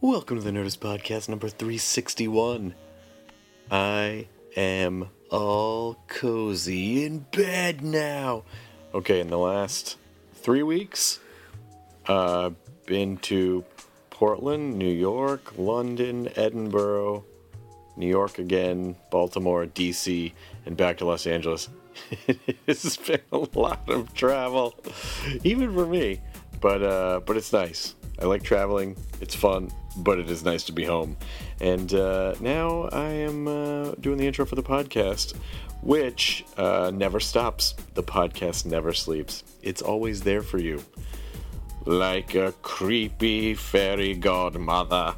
Welcome to the Nerdist Podcast number 361. I am all cozy in bed now. Okay, in the last three weeks, uh, been to Portland, New York, London, Edinburgh, New York again, Baltimore, DC, and back to Los Angeles. this has been a lot of travel, even for me. But uh, but it's nice. I like traveling. It's fun, but it is nice to be home. And uh, now I am uh, doing the intro for the podcast, which uh, never stops. The podcast never sleeps. It's always there for you, like a creepy fairy godmother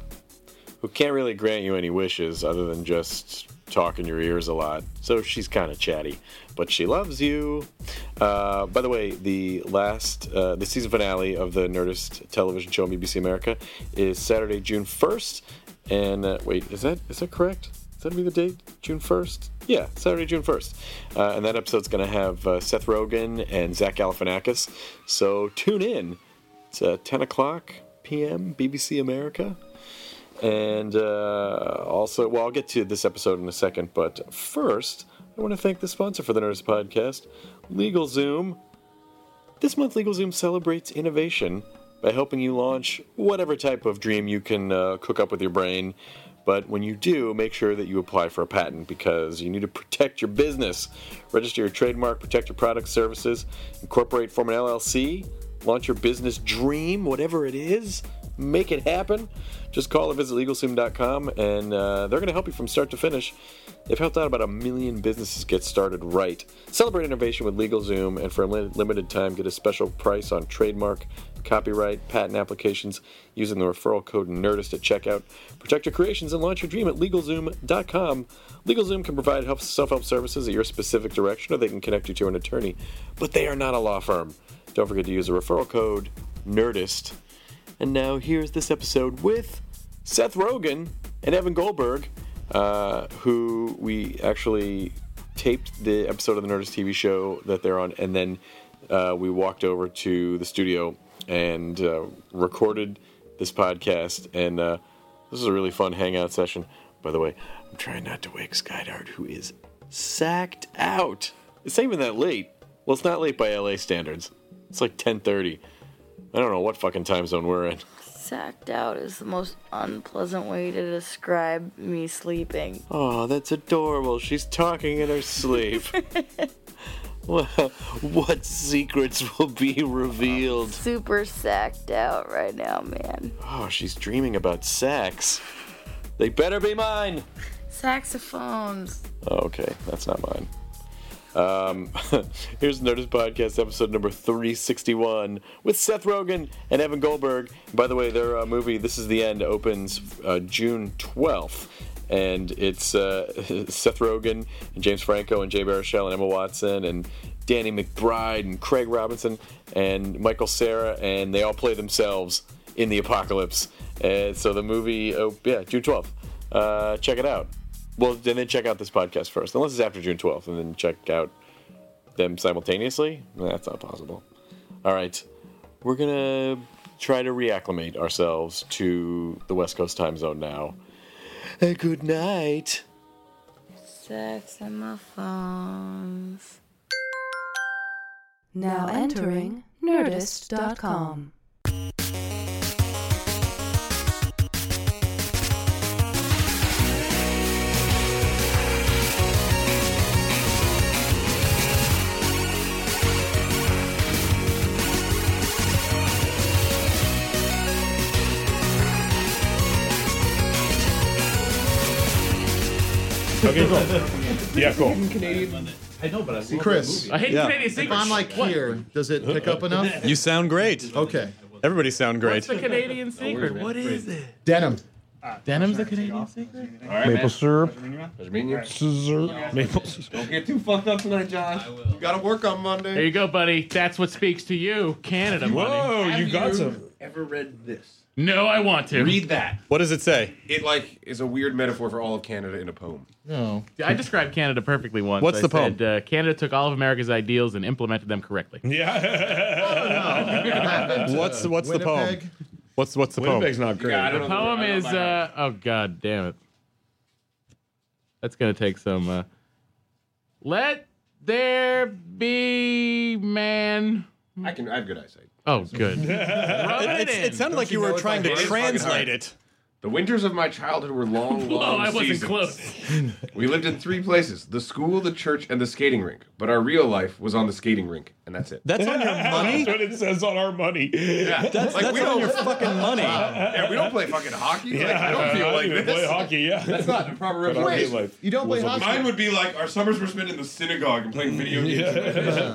who can't really grant you any wishes other than just talk in your ears a lot. So she's kind of chatty, but she loves you. Uh, by the way, the last, uh, the season finale of the Nerdist television show on BBC America is Saturday, June 1st. And uh, wait, is that is that correct? Is that be the date? June 1st? Yeah, Saturday, June 1st. Uh, and that episode's going to have uh, Seth Rogen and Zach Galifianakis. So tune in. It's uh, 10 o'clock p.m. BBC America. And uh, also, well, I'll get to this episode in a second, but first, I want to thank the sponsor for the Nerdist Podcast, LegalZoom. This month, LegalZoom celebrates innovation by helping you launch whatever type of dream you can uh, cook up with your brain. But when you do, make sure that you apply for a patent because you need to protect your business, register your trademark, protect your products, services, incorporate, form an LLC, launch your business dream, whatever it is make it happen, just call or visit LegalZoom.com and uh, they're going to help you from start to finish. They've helped out about a million businesses get started right. Celebrate innovation with LegalZoom and for a li- limited time, get a special price on trademark, copyright, patent applications using the referral code NERDIST at checkout. Protect your creations and launch your dream at LegalZoom.com. LegalZoom can provide help, self help services at your specific direction or they can connect you to an attorney, but they are not a law firm. Don't forget to use the referral code NERDIST and now here's this episode with Seth Rogen and Evan Goldberg, uh, who we actually taped the episode of the Nerdist TV show that they're on, and then uh, we walked over to the studio and uh, recorded this podcast. And uh, this is a really fun hangout session. By the way, I'm trying not to wake Skydart, who is sacked out. It's not even that late. Well, it's not late by LA standards. It's like 10:30. I don't know what fucking time zone we're in. Sacked out is the most unpleasant way to describe me sleeping. Oh, that's adorable. She's talking in her sleep. well, what secrets will be revealed? Super sacked out right now, man. Oh, she's dreaming about sex. They better be mine. Saxophones. Oh, okay, that's not mine. Um, here's Nerdist Podcast episode number 361 with Seth Rogen and Evan Goldberg. By the way, their uh, movie "This Is the End" opens uh, June 12th, and it's uh, Seth Rogen and James Franco and Jay Baruchel and Emma Watson and Danny McBride and Craig Robinson and Michael Sarah, and they all play themselves in the apocalypse. And so the movie, oh yeah, June 12th. Uh, check it out. Well, then then check out this podcast first, unless it's after June 12th, and then check out them simultaneously. Nah, That's not possible. All right, we're gonna try to reacclimate ourselves to the West Coast time zone now. Uh, good night. Sex in my phones. Now entering Nerdist.com. Okay, cool. Yeah, cool. I know, but I see Chris, I hate Yeah. Canadian if secrets. I'm like here, does it pick up enough? You sound great. Okay. Everybody sound great. What's the Canadian secret? What is it? Denim. Denim's the Canadian secret? maple syrup. Maple. Don't get too fucked up tonight, Josh. You gotta work on There Monday. you go, buddy. That's what speaks to you, Canada. Buddy. Whoa, you got some. Ever read this? No, I want to. Read that. What does it say? It like is a weird metaphor for all of Canada in a poem. No. I described Canada perfectly once. What's I the poem? Said, uh, Canada took all of America's ideals and implemented them correctly. What's what's the poem? Winnipeg. What's what's the Winnipeg's poem? not great. Yeah, I don't The know poem I don't is know about uh, oh god damn it. That's gonna take some. Uh, Let there be man. I can. I have good eyesight. Oh, good. Rub it, It's- it in. sounded like you were trying to hand? It's fucking translate hard. it. The winters of my childhood were long, long. Oh, I wasn't seasons. close. We lived in three places: the school, the church, and the skating rink. But our real life was on the skating rink, and that's it. That's on your money. what it says on our money. yeah, That's, like that's we on don't. your fucking money. yeah, we don't play fucking hockey. like, I don't feel like even this. play hockey. Yeah. That's not a proper But I representation. feel like- You don't play Wasn't- hockey. Mine would be like our summers were spent in the synagogue and playing video games.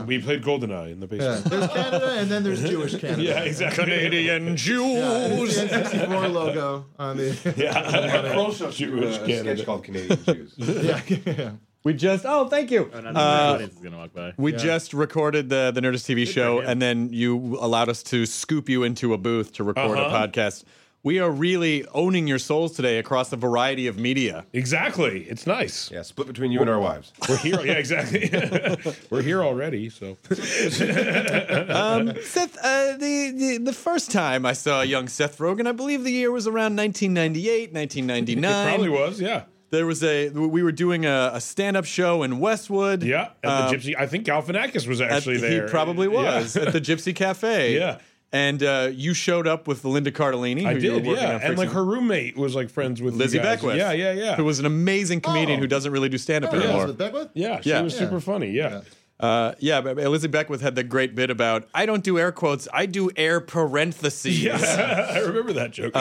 We played Goldeneye in the Yeah. basement. There's Canada and then there's Jewish Canada. Yeah, exactly. Canadian Jews. There's the N64 logo on the. I also do Jewish a Canada. sketch called Canadian Jews. Yeah. yeah. We just oh thank you. Another audience is gonna walk by. We just recorded the the Nerdist TV show, him. and then you allowed us to scoop you into a booth to record Uh-huh. a podcast. We are really owning your souls today across a variety of media. Exactly. It's nice. Yeah, split between you and our wives. We're here. Yeah, exactly. We're here already. So Seth, uh, the, the the first time I saw young Seth Rogen, I believe the year was around 1998, it 1999. probably was. Yeah. There was a we were doing a, a stand up show in Westwood. Yeah. At Um, the Gypsy. I think Galifianakis was at- actually there. He probably Yeah. was at the Gypsy Cafe. Yeah. And uh, you showed up with Linda Cardellini. I who you were did, working yeah. on And like Freaks her roommate was like friends with you Lizzie guys. Beckwith. Yeah, yeah, yeah. Who was an amazing comedian who doesn't really do stand up Oh, yeah. anymore. Elizabeth Beckwith? yeah, she Yeah. was Yeah. super funny. Yeah. Uh, yeah, but but Lizzie Beckwith had the great bit about I don't do air quotes, I do air parentheses. Yeah. I remember that joke.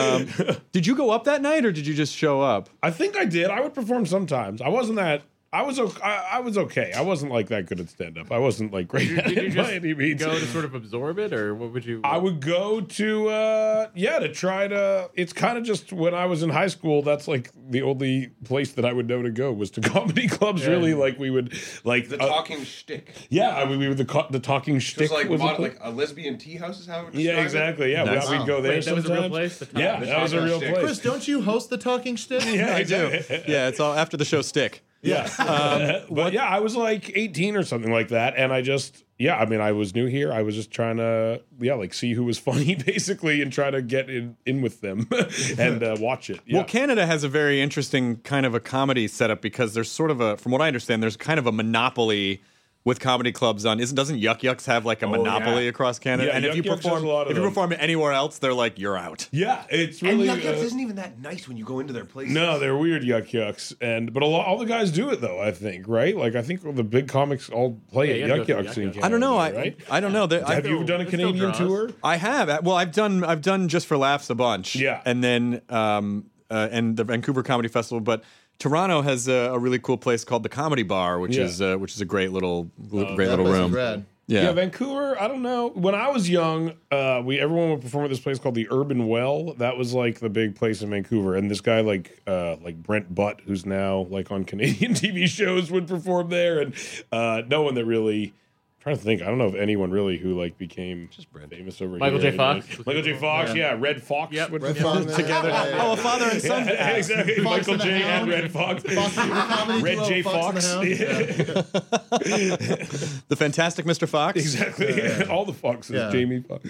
Did you go up that night or did you just show up? I think I did. I would perform sometimes. I wasn't that. I was okay. I, I was okay. I wasn't like that good at stand up. I wasn't like great at Did you it by any just means. go to sort of absorb it, or what would you? I would go to uh yeah to try to. It's kind of just when I was in high school. That's like the only place that I would know to go was to comedy clubs. Really, like we would like The uh, talking shtick. yeah, I mean, we were the co- the talking It was shtick like was a mod- place. like a lesbian tea house is how. I would describe yeah, it. exactly. Yeah, Nice. we, would go there. Wait, that was a real sometimes. place? The talk- yeah, the that was a talking real shtick. place. Chris, don't you host the talking shtick? yeah, I do. exactly. yeah, it's all after the show stick. Um, Yeah. but yeah, I was like 18 or something like that. And I just, yeah, I mean, I was new here. I was just trying to, yeah, like see who was funny basically and try to get in, in with them and uh, watch it. Yeah. Well, Canada has a very interesting kind of a comedy setup because there's sort of a, from what I understand, there's kind of a monopoly with comedy clubs on. Isn't doesn't Yuck Yucks have like a monopoly yeah. across Canada? Oh, Yeah, and if Yuck you Yucks has perform, a lot of if you them. perform anywhere else, they're like you're out. yeah, it's And really. Yuck Yucks uh, isn't even that nice when you go into their place. no, they're weird yuck yucks, and but a lot, all the guys do it though. I think, right? Like, I think all the big comics all play Yeah, you at gotta yuck go to yucks the in Yuck Yucks. Canada. I don't know. I right? I don't know. There- I, Have you done a It still Canadian draws. tour? I have. Uh, Well, I've done I've done just for laughs a bunch. Yeah. and then um uh, and the Vancouver Comedy Festival, but. Toronto has a, a really cool place called the Comedy Bar, which Yeah. is uh, which is a great little great That little place is room. rad. Yeah, Yeah, Vancouver. I don't know. When I was young, uh, we everyone would perform at this place called the Urban Well. That was like the big place in Vancouver. And this guy, like uh, like Brent Butt, who's now like on Canadian TV shows, would perform there. And uh, no one that really. I'm trying to think, I don't know of anyone really who like became just famous over Michael here. J. Fox? Michael J. Fox, yeah, Red Fox. Yep. would Red perform Fox. together. Yeah, yeah, Oh, a father and son. Yeah, exactly. Fox Michael and the J. and Hound. Red Fox. Comedy Red duo, J. Fox and the Fox. Hound. The Fantastic Mr. Fox. Exactly. All the Foxes. Yeah. Jamie Fox.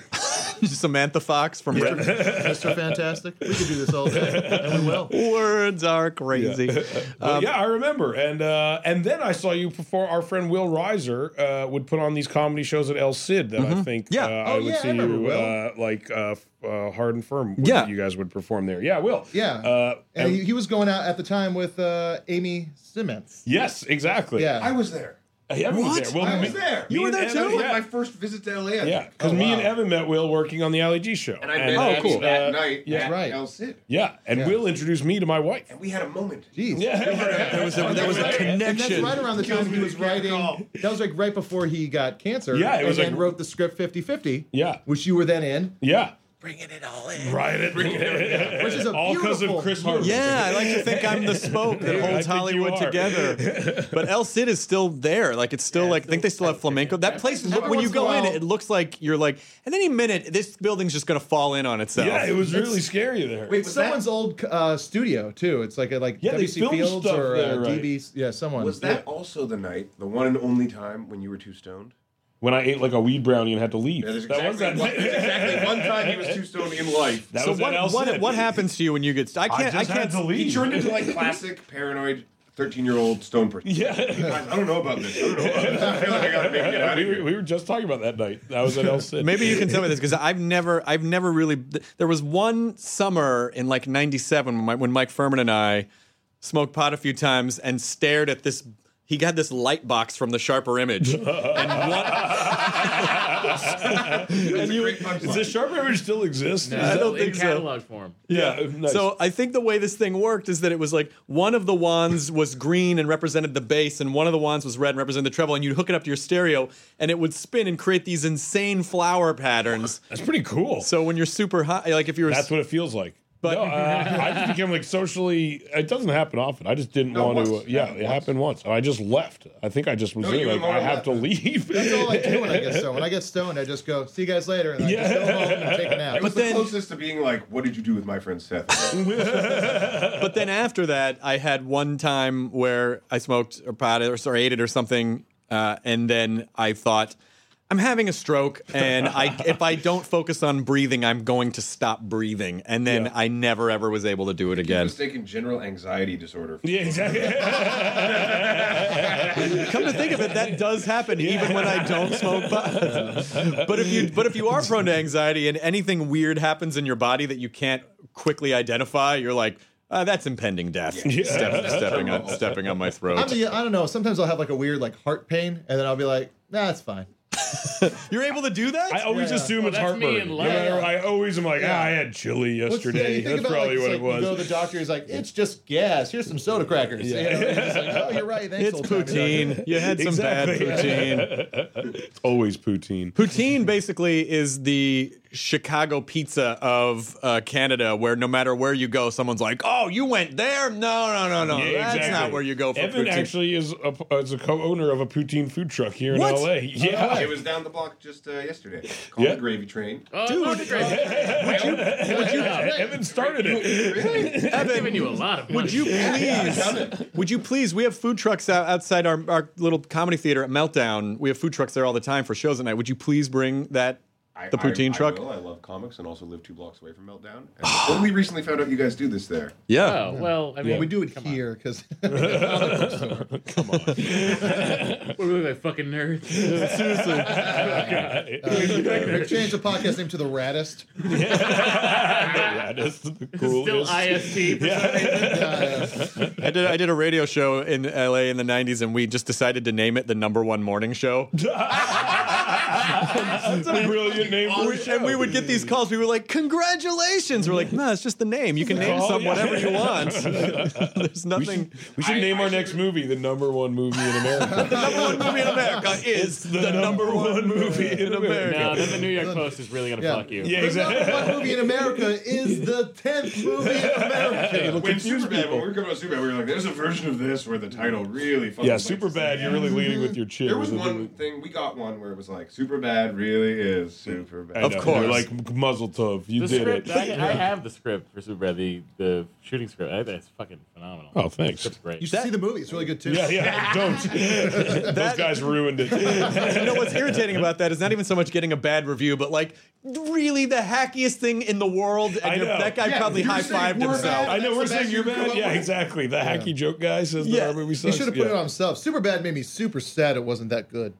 Samantha Fox from Mr. Fantastic. We could do this all day, and we will. Words Are Crazy. Uh, But yeah, I remember, and uh, and then I saw you perform. Our friend Will Reiser uh, would put on these comedy shows at El Cid that I think Yeah. uh, Oh, I would yeah, I see remember you Will. uh, like uh, f- uh, hard and firm. would- Yeah. you guys would perform there. Yeah, Will. Yeah. uh, and and he, he was going out at the time with uh, Amy Simmons. yes, exactly. Uh, Yeah. I was there. Yeah, I was there. Well, I me- was there. You were there That was too? like my first visit to LA. I Yeah, think. because Oh, me and wow. Evan met Will working on the Ali G show. And I met oh, Evan cool. that Uh, night yeah, at right. El Cid. Yeah, and Will introduced me to my wife. And we had a moment. Jeez. Yeah. There was a, there was a And connection. that's right around the time he was writing. That was like right before he got cancer. Yeah, it was and like- then wrote the script 50 50. Yeah. Which you were then in. Yeah. Bringing it all in. Right. It, Which is a all because of beautiful- Chris Hardwick. Yeah, I like to think I'm the spoke that Dude, I holds think Hollywood you are. together. But El Cid is still there. Like it's still like I think they still have flamenco. That place look, when you once in a go in, while- it looks like you're like at any minute this building's just gonna fall in on itself. Yeah, it was really scary there. Wait, someone's old uh, studio too. It's like a like Yeah, they WC filmed Fields stuff or there, uh, right. DB. Yeah, someone. Was that also the night, the one and only time when you were too stoned? When I ate like a weed brownie and had to leave. Yeah, there's that was exactly, that one, there's exactly one time he was too stoned in life. That so was what, at El what, Cid. what happens to you when you get? I can't. I, just had can't. to leave. He turned into like classic paranoid 13 year old stone person. Yeah. Guys, I don't know about this. I don't know about this. I feel like I gotta make it out we, of were, here. we were just talking about that night. That was at El Cid. Maybe you can tell me this because I've never, I've never really. th- There was one summer in like '97 when, Mike- when Mike Furman and I smoked pot a few times and stared at this. He got this light box from the sharper image, and, one, And you- does the sharp image still exist? No, Is I that- don't in think so. catalog form. Yeah. nice. So I think the way this thing worked is that it was like one of the wands was green and represented the bass, and one of the wands was red and represented the treble, and you'd hook it up to your stereo, and it would spin and create these insane flower patterns. that's pretty cool. So when you're super high, like if you were, That's what it feels like. But- no, uh, I just became like socially. It doesn't happen often. I just didn't No, want to. once. Uh, yeah, Happened it happened once, and I just left. I think I just was No, there, you like were more I have left. to leave. That's all I do when I get stoned. When I get stoned, I just go see you guys later, and I just go home and take a nap. It was But then- the closest to being like, what did you do with my friend Seth? but then after that, I had one time where I smoked or potted or sorry, ate it or something, uh, and then I thought. I'm having a stroke, and I, if I don't focus on breathing, I'm going to stop breathing. And then Yeah. I never ever was able to do it You've again. mistaken general anxiety disorder. for- yeah, exactly. Come to think of it, that does happen even when I don't smoke pot. but if you but if you are prone to anxiety and anything weird happens in your body that you can't quickly identify, you're like, uh, that's impending death. Step- stepping on stepping on my I'm throat. the, I don't know. Sometimes I'll have like a weird like heart pain, and then I'll be like, nah, it's fine. You're able to do that? I always Yeah. assume Well, it's that's me heartburn. in No life. matter- I always am like, ah, I had chili What's- yeah, yesterday. you think That's about, probably like, what it's it like, was. You go to the doctor. He's like, it's just gas. Here's some soda crackers. Yeah. You know, and it's like, oh, you're right. Thanks, it's old timey doctor." poutine. You had some bad Exactly. poutine. It's always poutine. Poutine basically is the Chicago pizza of uh, Canada, where no matter where you go, someone's like, "Oh, you went there? No, no, no, no. Yeah, Oh, That's exactly. not where you go for Evan poutine." actually is a, is a co-owner of a poutine food truck here in What? Oh, LA. Yeah, It was down the block just uh, yesterday. Called Yeah. the Gravy Train. Oh, Dude, would Evan started it. I've given you a lot of money. Would you please? would you please? We have food trucks out, outside our, our little comedy theater at Meltdown. We have food trucks there all the time for shows at night. Would you please bring I- that the I- poutine I truck? will. I love comics and also live two blocks away from Meltdown. And only recently found out you guys do this there. Yeah. Oh well, I mean, We do it here because What are we, like, fucking nerds? Uh, change the podcast name to the Raddest. yeah, that's the Still coolest. IST. I did. I did a radio show in L.A. in the '90s, and we just decided to name it the number one morning show. that's a brilliant name for a We- and we would get these calls. We were like, "Congratulations!" We're like, "No, it's just the name. You can name call, some yeah. whatever you want. There's We nothing." should, we should name I our should- next movie the number one movie in America. number one movie in America is the, number, one movie in America. No, then the New York Post is really gonna fuck you. yeah, The number exactly. one movie in America is the tenth movie in America. It'll When confuse Superbad, when we people. were coming about Superbad, we were like, "There's a version of this where the title really fucking." Yeah, bites super us. bad. You're really leading with your chin. There was one thing we got one where it was like, "Superbad really is Superbad." Of course. like muzzle tov. You The did script, it. I, I have the script for Super Bad, the, the shooting script. I, that's fucking phenomenal. Oh, thanks. That's great. You should see the movie; it's really good too. yeah, yeah. Don't. Those guys ruined it. you know what's irritating about that is not even so much getting a bad review, but like really the hackiest thing in the world. And I you're- know. that guy Yeah, probably you're high fived saying we're himself. bad. I know we're That's the saying best you're you come bad. up Yeah, with. exactly. The hacky joke guy says Yeah. that our movie he sucks. should have put Yeah. it on himself. Superbad made me super sad; it wasn't that good.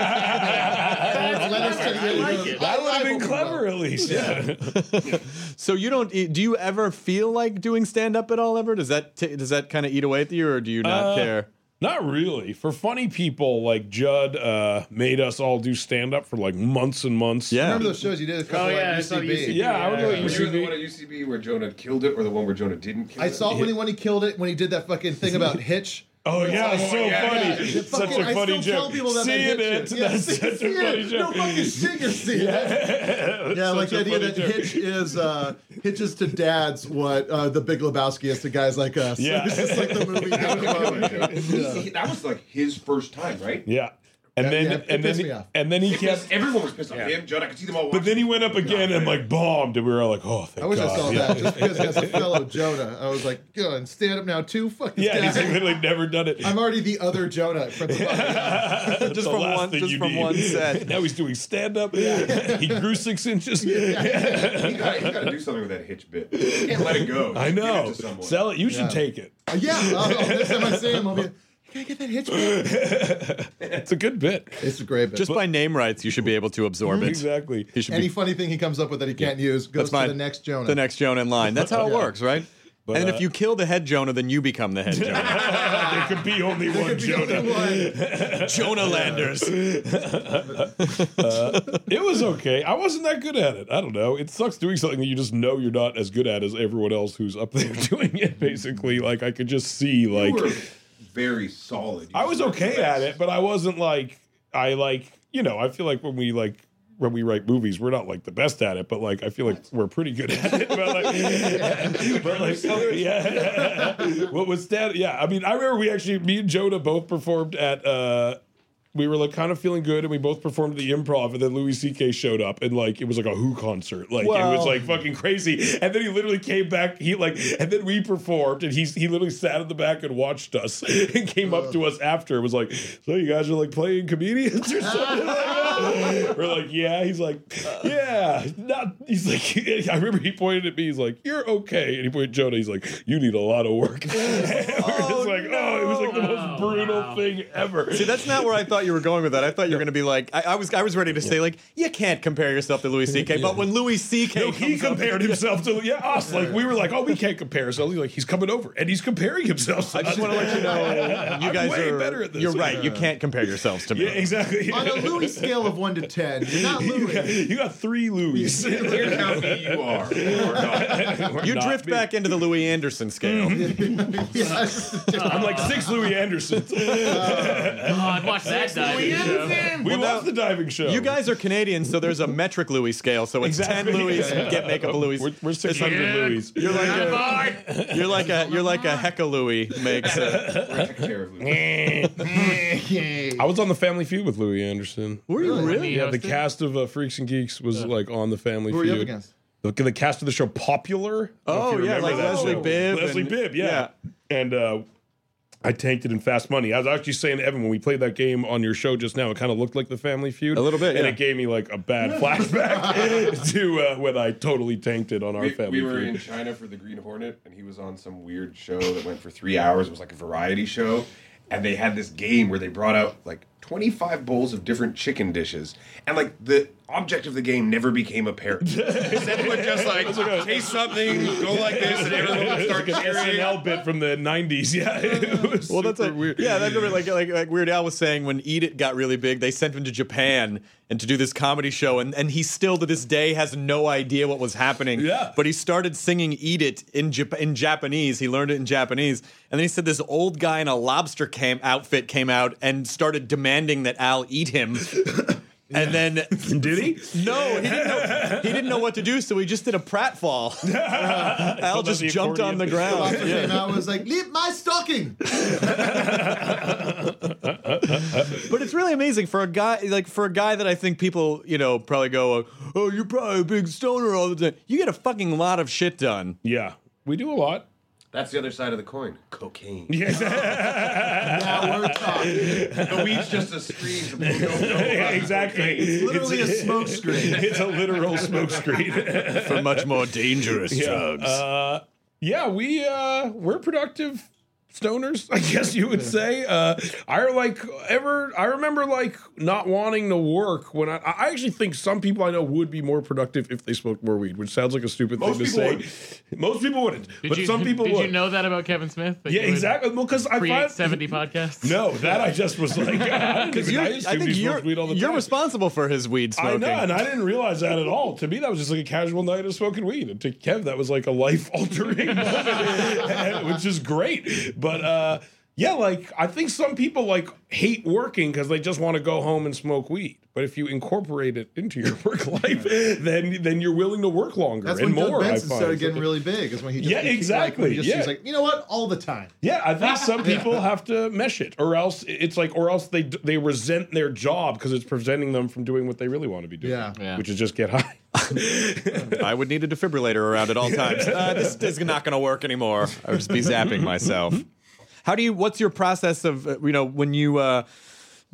That's Led us to clever. the- I like it. That would have been Reliable clever, at least. Yeah. So you don't do you ever feel like doing stand up at all? Ever does that t- does that kind of eat away at you, or do you not Uh, care? Not really. For funny people like Judd, uh, made us all do stand up for like months and months. Yeah, Remember those shows you did a Oh, couple at UCB? Oh, Yeah, I would go at Were you the UCB. one at UCB where Jonah killed it, or the one where Jonah didn't kill I it? saw it when he when he killed it when he did that fucking thing about Hitch. Oh, yeah, it's so funny. It's such a I funny still Tell joke. people that Seeing that Hitch it, shit. that's see- such a see funny it. joke. No fucking singer see Yeah. it. Yeah, like Such the a idea funny that joke. Hitch is uh, Hitch is to dads what uh, the Big Lebowski is to guys like us. Yeah. it's just like the movie. That was a killer joke. Yeah. He- That was like his first time, right? Yeah. And Yeah, then, yeah, it and pissed then, me off. and then he It kept. was- everyone was pissed off. Him, Jonah, I could see them all. But then he went up again and like bombed, and we were all like, "Oh, thank I wish God!" I saw yeah. that just because as a fellow Jonah, I was like, "Go and stand up now, too." Fucking Yeah, stand he's up." literally never done it. I'm already the other Jonah from the That's Just the from last one- thing just you from need. one set. Now he's doing stand up. he grew six inches. He got to do something with that hitch bit. You can't let it go. I Give it know. to someone. Sell it. You should take it. Uh, yeah, I'll, I'll- next time I see him, I'll be. like, Can I get that hitch? It's a good bit. It's a great bit. Just by name rights, you should be able to absorb it. Exactly. You should Any be funny thing he comes up with that he can't use goes That's to fine. the next Jonah. the next Jonah in line. That's how it Yeah. works, right? But, and then uh, if you kill the head Jonah, then you become the head Jonah. there could be only one Jonah. Jonah Landers. Uh, it was okay. I wasn't that good at it. I don't know. It sucks doing something that you just know you're not as good at as everyone else who's up there doing it. Basically, like I could just see like You were very solid. I was okay at it, but I wasn't like I like you know. I feel like when we like when we write movies, we're not like the best at it, but like I feel like we're pretty good at it. But like, but, like, yeah. what was that? Yeah, I mean, I remember we actually me and Jonah both performed at. uh we were like kind of feeling good, and we both performed at the improv, and then Louis C.K. showed up, and like it was like a Who concert, like it was Well- like fucking crazy. And then he literally came back, he like, and then we performed, and he he literally sat in the back and watched us, and came up to us after, and was like, "So you guys are like playing comedians or something?" like that?" We're like, "Yeah." He's like, Uh. "Yeah." Not. He's like, I remember he pointed at me. He's like, "You're okay," and he pointed at Jonah. He's like, "You need a lot of work." We're just like, "Oh, it was like the most brutal thing ever." See, that's not where I thought you were going with that. I thought you were going to be like, I, I was, I was ready to say like, you can't compare yourself to Louis C.K. But when Louis C.K. No, he comes up- compared himself to yeah us. Like we were like, oh, we can't compare. So like he's coming over and he's comparing himself. To I just want to let you know, you I'm guys way are better at this. You're right. You can't compare yourselves to me. Yeah, exactly. On a Louis scale of one to ten, you're not You got, Louis. you got three Louis. Here's how mean you are. Or not. You Not drift me. Mm-hmm. back into the Louis Anderson scale. Yes. I'm like six Louis Andersons. Oh, I'd watch that diving show. We Well, now- watched the diving show. You guys are Canadian, so there's a metric Louis scale. So it's Exactly. ten Louis, Yeah. get makeup of Louis. We're, we're 600 It's Louis. You're like a, you're like a you're like a hecka Louis makes it. We're a pair of losers. I was on the Family Feud with Louis Anderson. Were you really? Yeah, the cast of uh, Freaks and Geeks was like on the Family Who are Feud. you up against? The, the cast of the show Popular. I don't know if Oh you yeah, remember like that Leslie show. Bibb. Leslie and- Bibb, yeah. And uh, I tanked it in Fast Money. I was actually saying to Evan when we played that game on your show just now, it kind of looked like the Family Feud A little bit, and yeah. it gave me like a bad flashback to uh, when I totally tanked it on our We, Family we were Feud. in China for the Green Hornet, and he was on some weird show that went for three hours. It was like a variety show, and they had this game where they brought out like twenty-five bowls of different chicken dishes, and like the object of the game never became apparent. Instead, it was just like taste something, go like this, and everyone would start Like an cheering. SNL bit from the '90s, yeah. Uh-huh. It was Well, that's super like, weird. Yeah, that's like, like like Weird Al was saying when Eat It got really big, they sent him to Japan and to do this comedy show, and, and he still to this day has no idea what was happening. Yeah. But he started singing Eat It in Jap- in Japanese. He learned it in Japanese, and then he said this old guy in a lobster cam- outfit came out and started demanding that Al eat him. And then did he? No, he didn't know. He didn't know what to do, so he just did a pratfall. Al Pulled out just the jumped on the accordion. ground. Lobster came out and was like, "Leave my stocking." But it's really amazing for a guy like for a guy that I think people you know probably go, oh, you're probably a big stoner all the time. You get a fucking lot of shit done. yeah. We do a lot. That's the other side of the coin: cocaine. Now we're talking. the weed's just a stream. that people don't know about. Yeah, exactly. It's Literally a smoke screen. It's a literal smokescreen. For much more dangerous yeah. Uh, yeah, we uh, we're uh, productive stoners, I guess you would say. Uh, I like ever. I remember like not wanting to work when I. I actually think some people I know would be more productive if they smoked more weed, which sounds like a stupid Most thing to people say. Most people wouldn't, Did but you, some people did would. you know that about Kevin Smith? That Yeah, he would exactly. Well, 'cause I create find- seventy podcasts. no, that I just was like, because Because you're, I think you're, you're responsible for his weed smoking. I know, and I didn't realize that at all. To me, that was just like a casual night of smoking weed. And to Kev, that was like a life altering moment, which is great. But uh, yeah, like I think some people like hate working because they just want to go home and smoke weed. But if you incorporate it into your work life, then then you're willing to work longer That's and when Doug more. Benson I find. started getting really big. Is when he just Yeah, he- he- like, exactly, when he just- yeah. He's like, you know what? All the time. Yeah, I think some Yeah. people have to mesh it, or else it's like, or else they they resent their job because it's preventing them from doing what they really want to be doing, Yeah. Yeah. which is just get high. I would need a defibrillator around at all times. Uh, this is not going to work anymore. I would just be zapping myself. Mm-hmm. How do you? What's your process of uh, you know when you? Uh,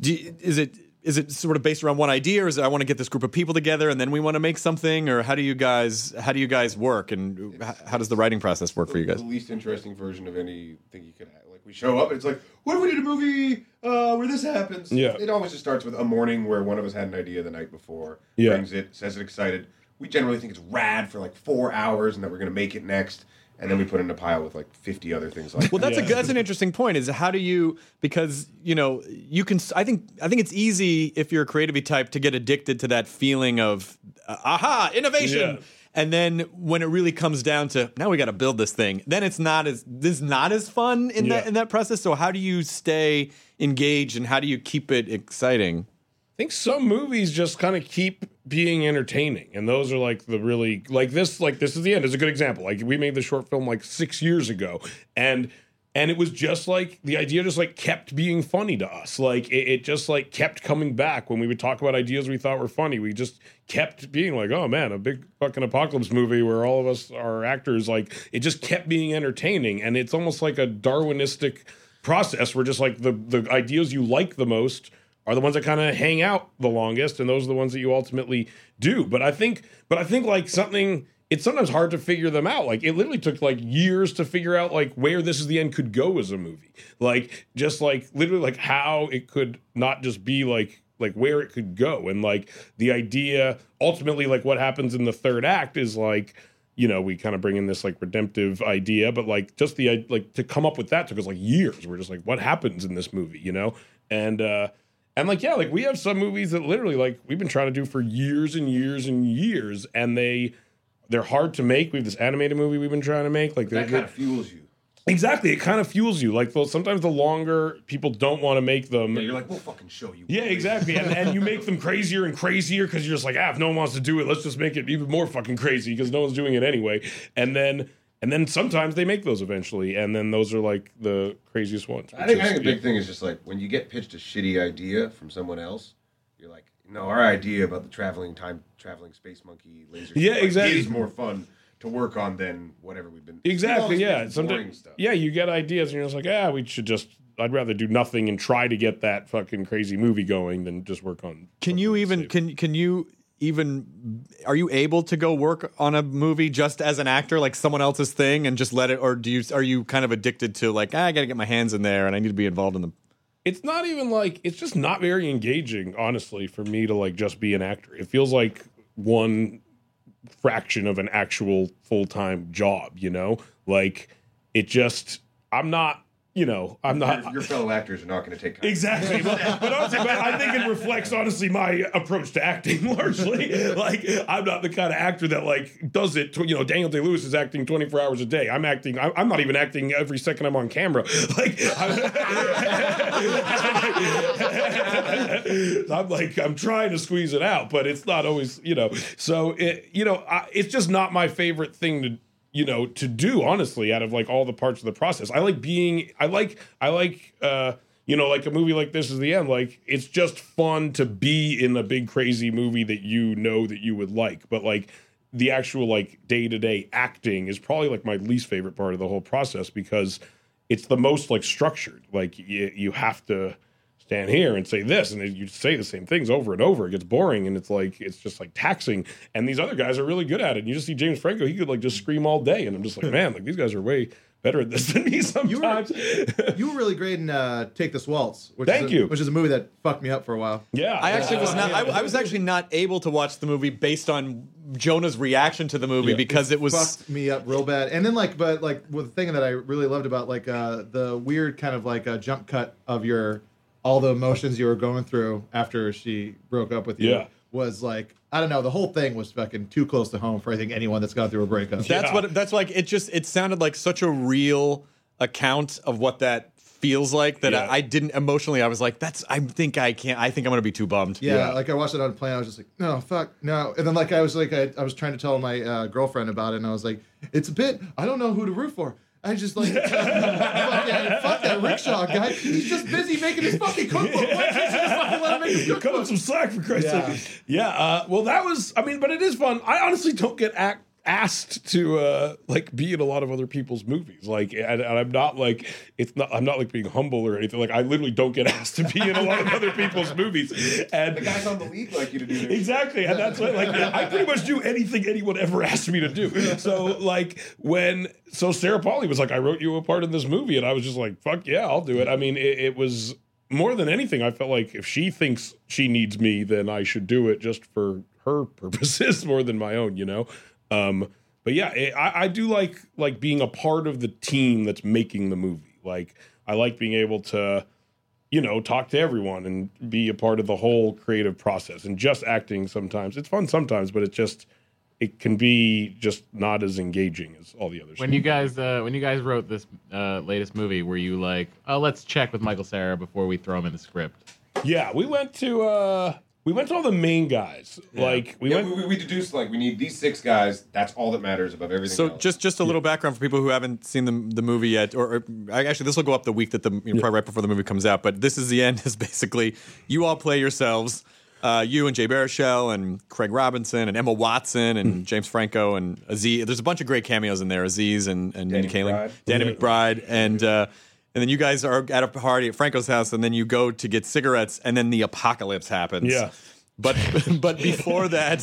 do you- is it is it sort of based around one idea, or is it, I want to get this group of people together and then we want to make something, or how do you guys how do you guys work and h- how does the writing process work for you guys? The least interesting version of anything you could have. Like we show up, and it's like, what if we did a movie uh, where this happens? Yeah. It always just starts with a morning where one of us had an idea the night before, Yeah. brings it, says it excited. We generally think it's rad for like four hours, and that we're gonna make it next, and then we put it in a pile with like fifty other things like. Well, that's that. a that's an interesting point. Is how do you because you know you can. I think I think it's easy if you're a creative type to get addicted to that feeling of uh, aha innovation. Yeah. And then when it really comes down to now we got to build this thing, then it's not as this is not as fun in that Yeah. in that process. So how do you stay engaged and how do you keep it exciting? I think some movies just kind of keep being entertaining, and those are like the really like this like this is the end is a good example. Like we made the short film like six years ago, and and it was just like the idea just like kept being funny to us. Like it, it just like kept coming back when we would talk about ideas we thought were funny. We just kept being like, oh man, a big fucking apocalypse movie where all of us are actors. Like it just kept being entertaining, and it's almost like a Darwinistic process where just like the the ideas you like the most are the ones that kind of hang out the longest and those are the ones that you ultimately do but i think but i think like something it's sometimes hard to figure them out like it literally took like years to figure out like where this is the end could go as a movie like just like literally like how it could not just be like like where it could go and like the idea ultimately like what happens in the third act is like you know, we kind of bring in this like redemptive idea, but like just the i- like to come up with that took us like years. We're just like, what happens in this movie, you know? And uh and like yeah, like we have some movies that literally like we've been trying to do for years and years and years, and they they're hard to make. We have this animated movie we've been trying to make. Like that they're- kind of fuels you. exactly, it kind of fuels you. Like well, sometimes the longer people don't want to make them, Yeah, you're like, we'll fucking show you. yeah, exactly. And, and you make them crazier and crazier because you're just like, ah, if no one wants to do it, let's just make it even more fucking crazy because no one's doing it anyway. And then and then sometimes they make those eventually, and then those are like the craziest ones. I think, which I is- think a big thing is just like when you get pitched a shitty idea from someone else, you're like, no, our idea about the traveling time traveling space monkey laser Yeah, like, exactly. is more fun to work on than whatever we've been Exactly. You know, Yeah. it's boring Sometimes. stuff. Yeah, you get ideas, and you're just like, ah, we should just. I'd rather do nothing and try to get that fucking crazy movie going than just work on. Can you even can can you even are you able to go work on a movie just as an actor like someone else's thing and just let it or do you are you kind of addicted to like "Ah, I got to get my hands in there and I need to be involved in the It's not even like it's just not very engaging, honestly, for me to like just be an actor. It feels like one fraction of an actual full time job, you know? Like it just I'm not you know, I'm not Your, your fellow actors are not going to take. Exactly. But, but honestly, but I think it reflects honestly my approach to acting largely. like I'm not the kind of actor that like does it. tw- You know, Daniel Day Lewis is acting 24 hours a day. I'm acting. I- I'm not even acting every second I'm on camera. Like I'm, I'm like I'm trying to squeeze it out, but it's not always. You know, so it. You know, I, it's just not my favorite thing to you know to do honestly out of like all the parts of the process i like being i like i like uh you know like a movie like this is the end like it's just fun to be in a big crazy movie that you know that you would like but like the actual like day-to-day acting is probably like my least favorite part of the whole process because it's the most like structured like you, you have to stand here and say this and you say the same things over and over it gets boring and it's like it's just like taxing and these other guys are really good at it and you just see james franco he could like just scream all day and i'm just like man like these guys are way better at this than me sometimes You were really great in uh, Take This Waltz. Which Thank is a, you. Which is a movie that fucked me up for a while. Yeah, I actually was not. I, I was actually not able to watch the movie based on Jonah's reaction to the movie because it was fucked me up real bad. And then like, but like, well, the thing that I really loved about like uh, the weird kind of like uh, jump cut of your all the emotions you were going through after she broke up with you Yeah. was like I don't know. The whole thing was fucking too close to home for I think anyone that's gone through a breakup. That's what. That's like it. Just it sounded like such a real account of what that feels like that I, I didn't emotionally. I was like, that's. I think I can't. I think I'm gonna be too bummed. Yeah, like I watched it on a plane. I was just like, no, fuck, no. And then like I was like, I, I was trying to tell my uh, girlfriend about it, and I was like, it's a bit. I don't know who to root for. I just like, fuck, that, fuck that rickshaw guy. He's just busy making his fucking cookbook. Why can't you just fucking let him make his cookbook? Cut him some slack for Christ's Yeah. sake. Yeah. Uh, well, that was. I mean, but it is fun. I honestly don't get ac asked to uh like be in a lot of other people's movies like and, and i'm not like it's not i'm not like being humble or anything like i literally don't get asked to be in a lot of other people's movies and the guys on the league like you to do exactly and that's what like i pretty much do anything anyone ever asked me to do so like when so sarah Pauly was like i wrote you a part in this movie and i was just like fuck yeah i'll do it i mean it, it was more than anything i felt like if she thinks she needs me then i should do it just for her purposes more than my own you know um but yeah it, I, I do like like being a part of the team that's making the movie like i like being able to you know, talk to everyone and be a part of the whole creative process. And just acting sometimes, it's fun sometimes, but it just it can be just not as engaging as all the others. When you guys uh, when you guys wrote this uh, latest movie, were you like, oh, let's check with Michael Sarah before we throw him in the script? yeah, we went to uh we went to all the main guys. Like we Yeah, went we, we deduced like we need these six guys. That's all that matters above everything. So else. just just a little background for people who haven't seen the the movie yet, or, or I- actually this will go up the week that the you know, probably right before the movie comes out. But this is the end. Is basically you all play yourselves, uh, you and Jay Baruchel and Craig Robinson and Emma Watson and James Franco and Aziz. There's a bunch of great cameos in there. Aziz and and Danny McBride. Danny McBride, and uh, and then you guys are at a party at Franco's house, and then you go to get cigarettes, and then the apocalypse happens. Yeah. But but before that,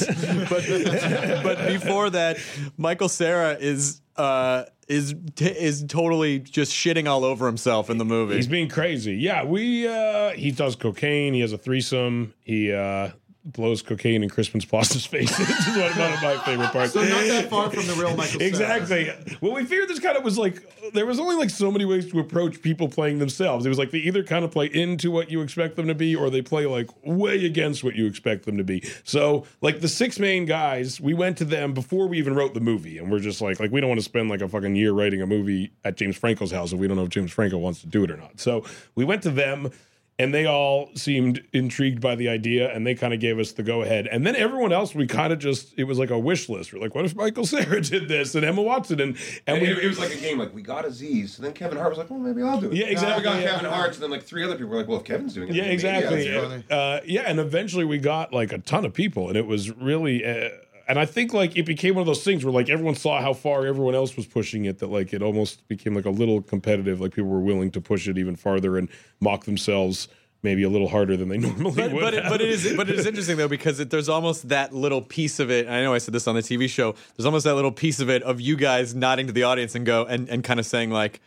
but but before that, Michael Sarah is uh is t- is totally just shitting all over himself in the movie. He's being crazy. Yeah, we uh he does cocaine, he has a threesome, he uh blows cocaine in Crispin's pasta's face. this is one of my favorite parts. So not that far from the real Michael. Cera. Exactly. Well, we figured this kind of was like there was only like so many ways to approach people playing themselves. It was like they either kind of play into what you expect them to be, or they play like way against what you expect them to be. So, like the six main guys, we went to them before we even wrote the movie, and we're just like, like we don't want to spend like a fucking year writing a movie at James Franco's house if we don't know if James Franco wants to do it or not. So we went to them and they all seemed intrigued by the idea and they kind of gave us the go ahead and then everyone else we kind of just it was like a wish list we're like what if michael Cera did this and emma watson and and, And we it, it was like a game. Like we got Aziz, so then Kevin Hart was like, "Well, maybe I'll do it." Yeah, exactly, we got yeah. Kevin Hart, and then like three other people were like, "Well, if Kevin's doing it, yeah then maybe I'll exactly do it." uh, yeah and eventually we got like a ton of people and it was really uh, and i think like it became one of those things where like everyone saw how far everyone else was pushing it that like it almost became like a little competitive like people were willing to push it even farther and mock themselves maybe a little harder than they normally but, would but, it, have. but it is but it is interesting though because it, there's almost that little piece of it. And I know I said this on the TV show. There's almost that little piece of it of you guys nodding to the audience and go and, and kind of saying like,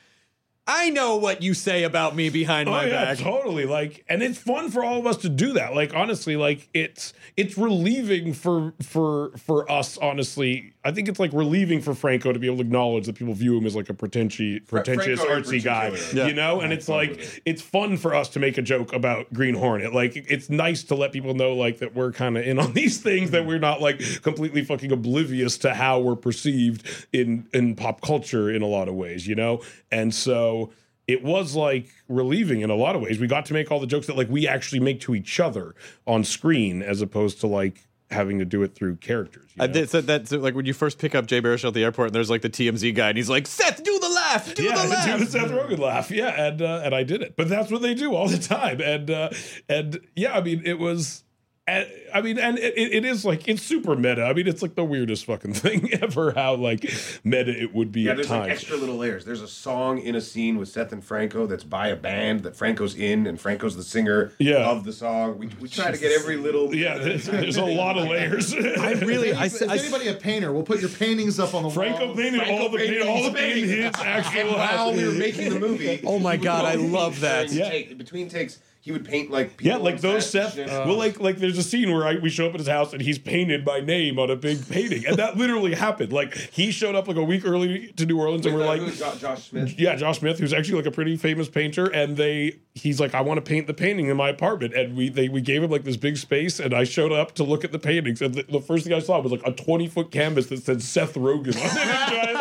"I know what you say about me behind my back." Oh, Totally. Like, and it's fun for all of us to do that. Like, honestly, like it's it's relieving for for for us. Honestly, I think it's like relieving for Franco to be able to acknowledge that people view him as like a pretentious, pretentious Franco in artsy guy. particular. You know, and it's like it's fun for us to make a joke about Green Hornet. Like, it's nice to let people know like that we're kind of in on these things that we're not like completely fucking oblivious to how we're perceived in in pop culture in a lot of ways. You know, and so it was like relieving in a lot of ways. We got to make all the jokes that like we actually make to each other on screen as opposed to like having to do it through characters. I did said that so, like when you first pick up Jay Baruchel at the airport and there's like the TMZ guy and he's like, "Seth, do the laugh, do yeah, the laugh." do the Seth Rogen laugh. Yeah, and uh, and I did it. But that's what they do all the time. And uh, and yeah, I mean, it was And, I mean, and it, it is like it's super meta. I mean, it's like the weirdest fucking thing ever. How like meta it would be yeah, at there's like times. extra little layers. There's a song in a scene with Seth and Franco that's by a band that Franco's in, and Franco's the singer Yeah. of the song. We, we try to get every little. Yeah, there's- there's a lot of layers. I If any- is anybody a painter? We'll put your paintings up on the Franco wall. painted all the painted all the painted his And actual while house. we were making the movie, Oh my he would God, go I in love that. during Yeah. take- between takes, he would paint like people Yeah, like on those set and Seth. shit. well, like like there's a scene where I, we show up at his house and he's painted my name on a big painting, and that literally happened. Like he showed up like a week early to New Orleans, and we're like, Who's Jo- Josh Smith. yeah, Josh Smith, who's actually like a pretty famous painter, and they he's like, I want to paint the painting in my apartment, and we they we gave him like this big space, and I showed up to look at the paintings, and the, the first thing I saw was like a 20 foot canvas that said Seth Rogen on it.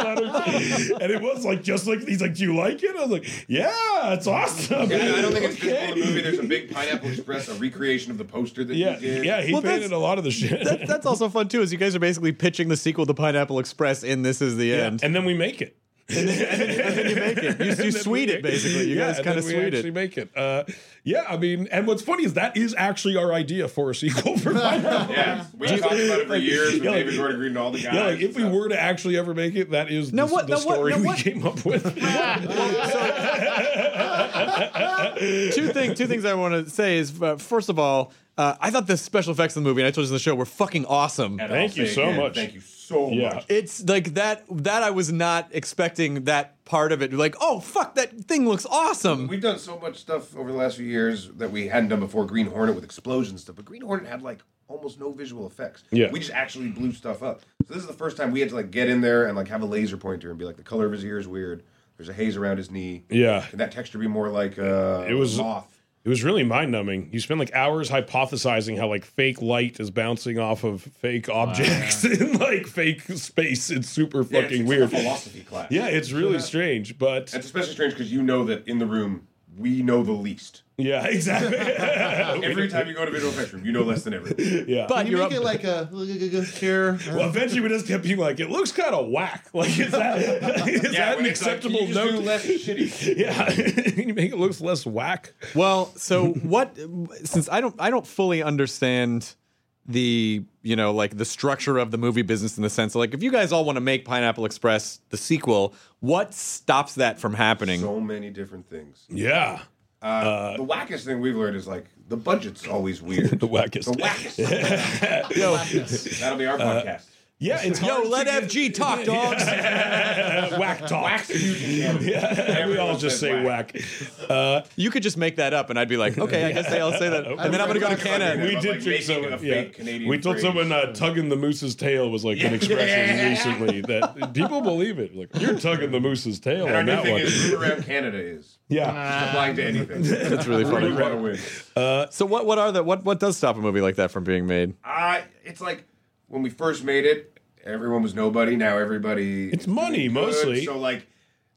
and it was like just like he's like, do you like it? I was like, yeah, it's awesome. Yeah, I don't think it's visible in the movie. There's a big Pineapple Express, a recreation of the poster that Yeah, he did. yeah, he Well, that's- painted a lot of the shit. That, that's also fun too. Is you guys are basically pitching the sequel to Pineapple Express in This Is the Yeah, End, and then we make it. and then you make it. You, you sweet it basically. You Yeah, guys and kind of then we sweet actually it. make it. Uh, yeah, I mean, and what's funny is that is actually our idea for a sequel for Pineapple. Yeah, we talked about it for years with Yeah, like- David Gordon Green and all the guys. Yeah, like if we were to actually ever make it, that is Now the, what- the now what- story now we what- came up with. two things. Two things I want to say is uh, first of all, uh, I thought the special effects in the movie, and I told you this in the show, were fucking awesome. And I'll say again, Thank you so Yeah. much. It's like that. That I was not expecting that part of it. Like, oh fuck, that thing looks awesome. We've done so much stuff over the last few years that we hadn't done before. Green Hornet with explosions and stuff, but Green Hornet had like almost no visual effects. Yeah. we just actually blew stuff up. So this is the first time we had to like get in there and like have a laser pointer and be like, the color of his ear is weird. There's a haze around his knee. Yeah. can that texture be more like uh, It was- moth? It was really mind numbing. You spend like hours hypothesizing how like fake light is bouncing off of fake objects in like fake space. It's super Yeah, fucking it's- it's like a weird. philosophy class. Yeah, it's really strange, but It's especially strange because you know that in the room we know the least. yeah, exactly. Every time you go to visual effects room, you know less than everyone. Yeah, Can you make it like a here? Well, eventually we just kept being like, it looks kind of whack. Like, is that, is that an when it's like, acceptable can you just note? do less shitty. yeah, Can you make it looks less whack. Well, so what? Since I don't, I don't fully understand the you know like the structure of the movie business in the sense of like if you guys all want to make Pineapple Express the sequel, what stops that from happening? So many different things. Yeah. Uh, the wackest thing we've learned is like the budget's always weird. the wackest. Uh, The wackest. That'll be our podcast. Yeah, it's Yo, hard to let get- FG talk, dogs. whack talk. Wax fusion. Yeah, we all just say whack. Uh, You could just make that up, and I'd be like, okay, I guess they all say that, and then I'm gonna go to Canada. we did like, think making someone. a fake Yeah. Canadian we told phrase. someone uh, tugging the moose's tail was like an expression recently that people believe it. Like you're tugging the moose's tail And our on new that thing one. is move around Canada is yeah. just applying to anything. That's really funny. We want to win. So what? What are the what? What does stop a movie like that from being made? I. It's like when we first made it, everyone was nobody. Now everybody. It's money, good. mostly. So like,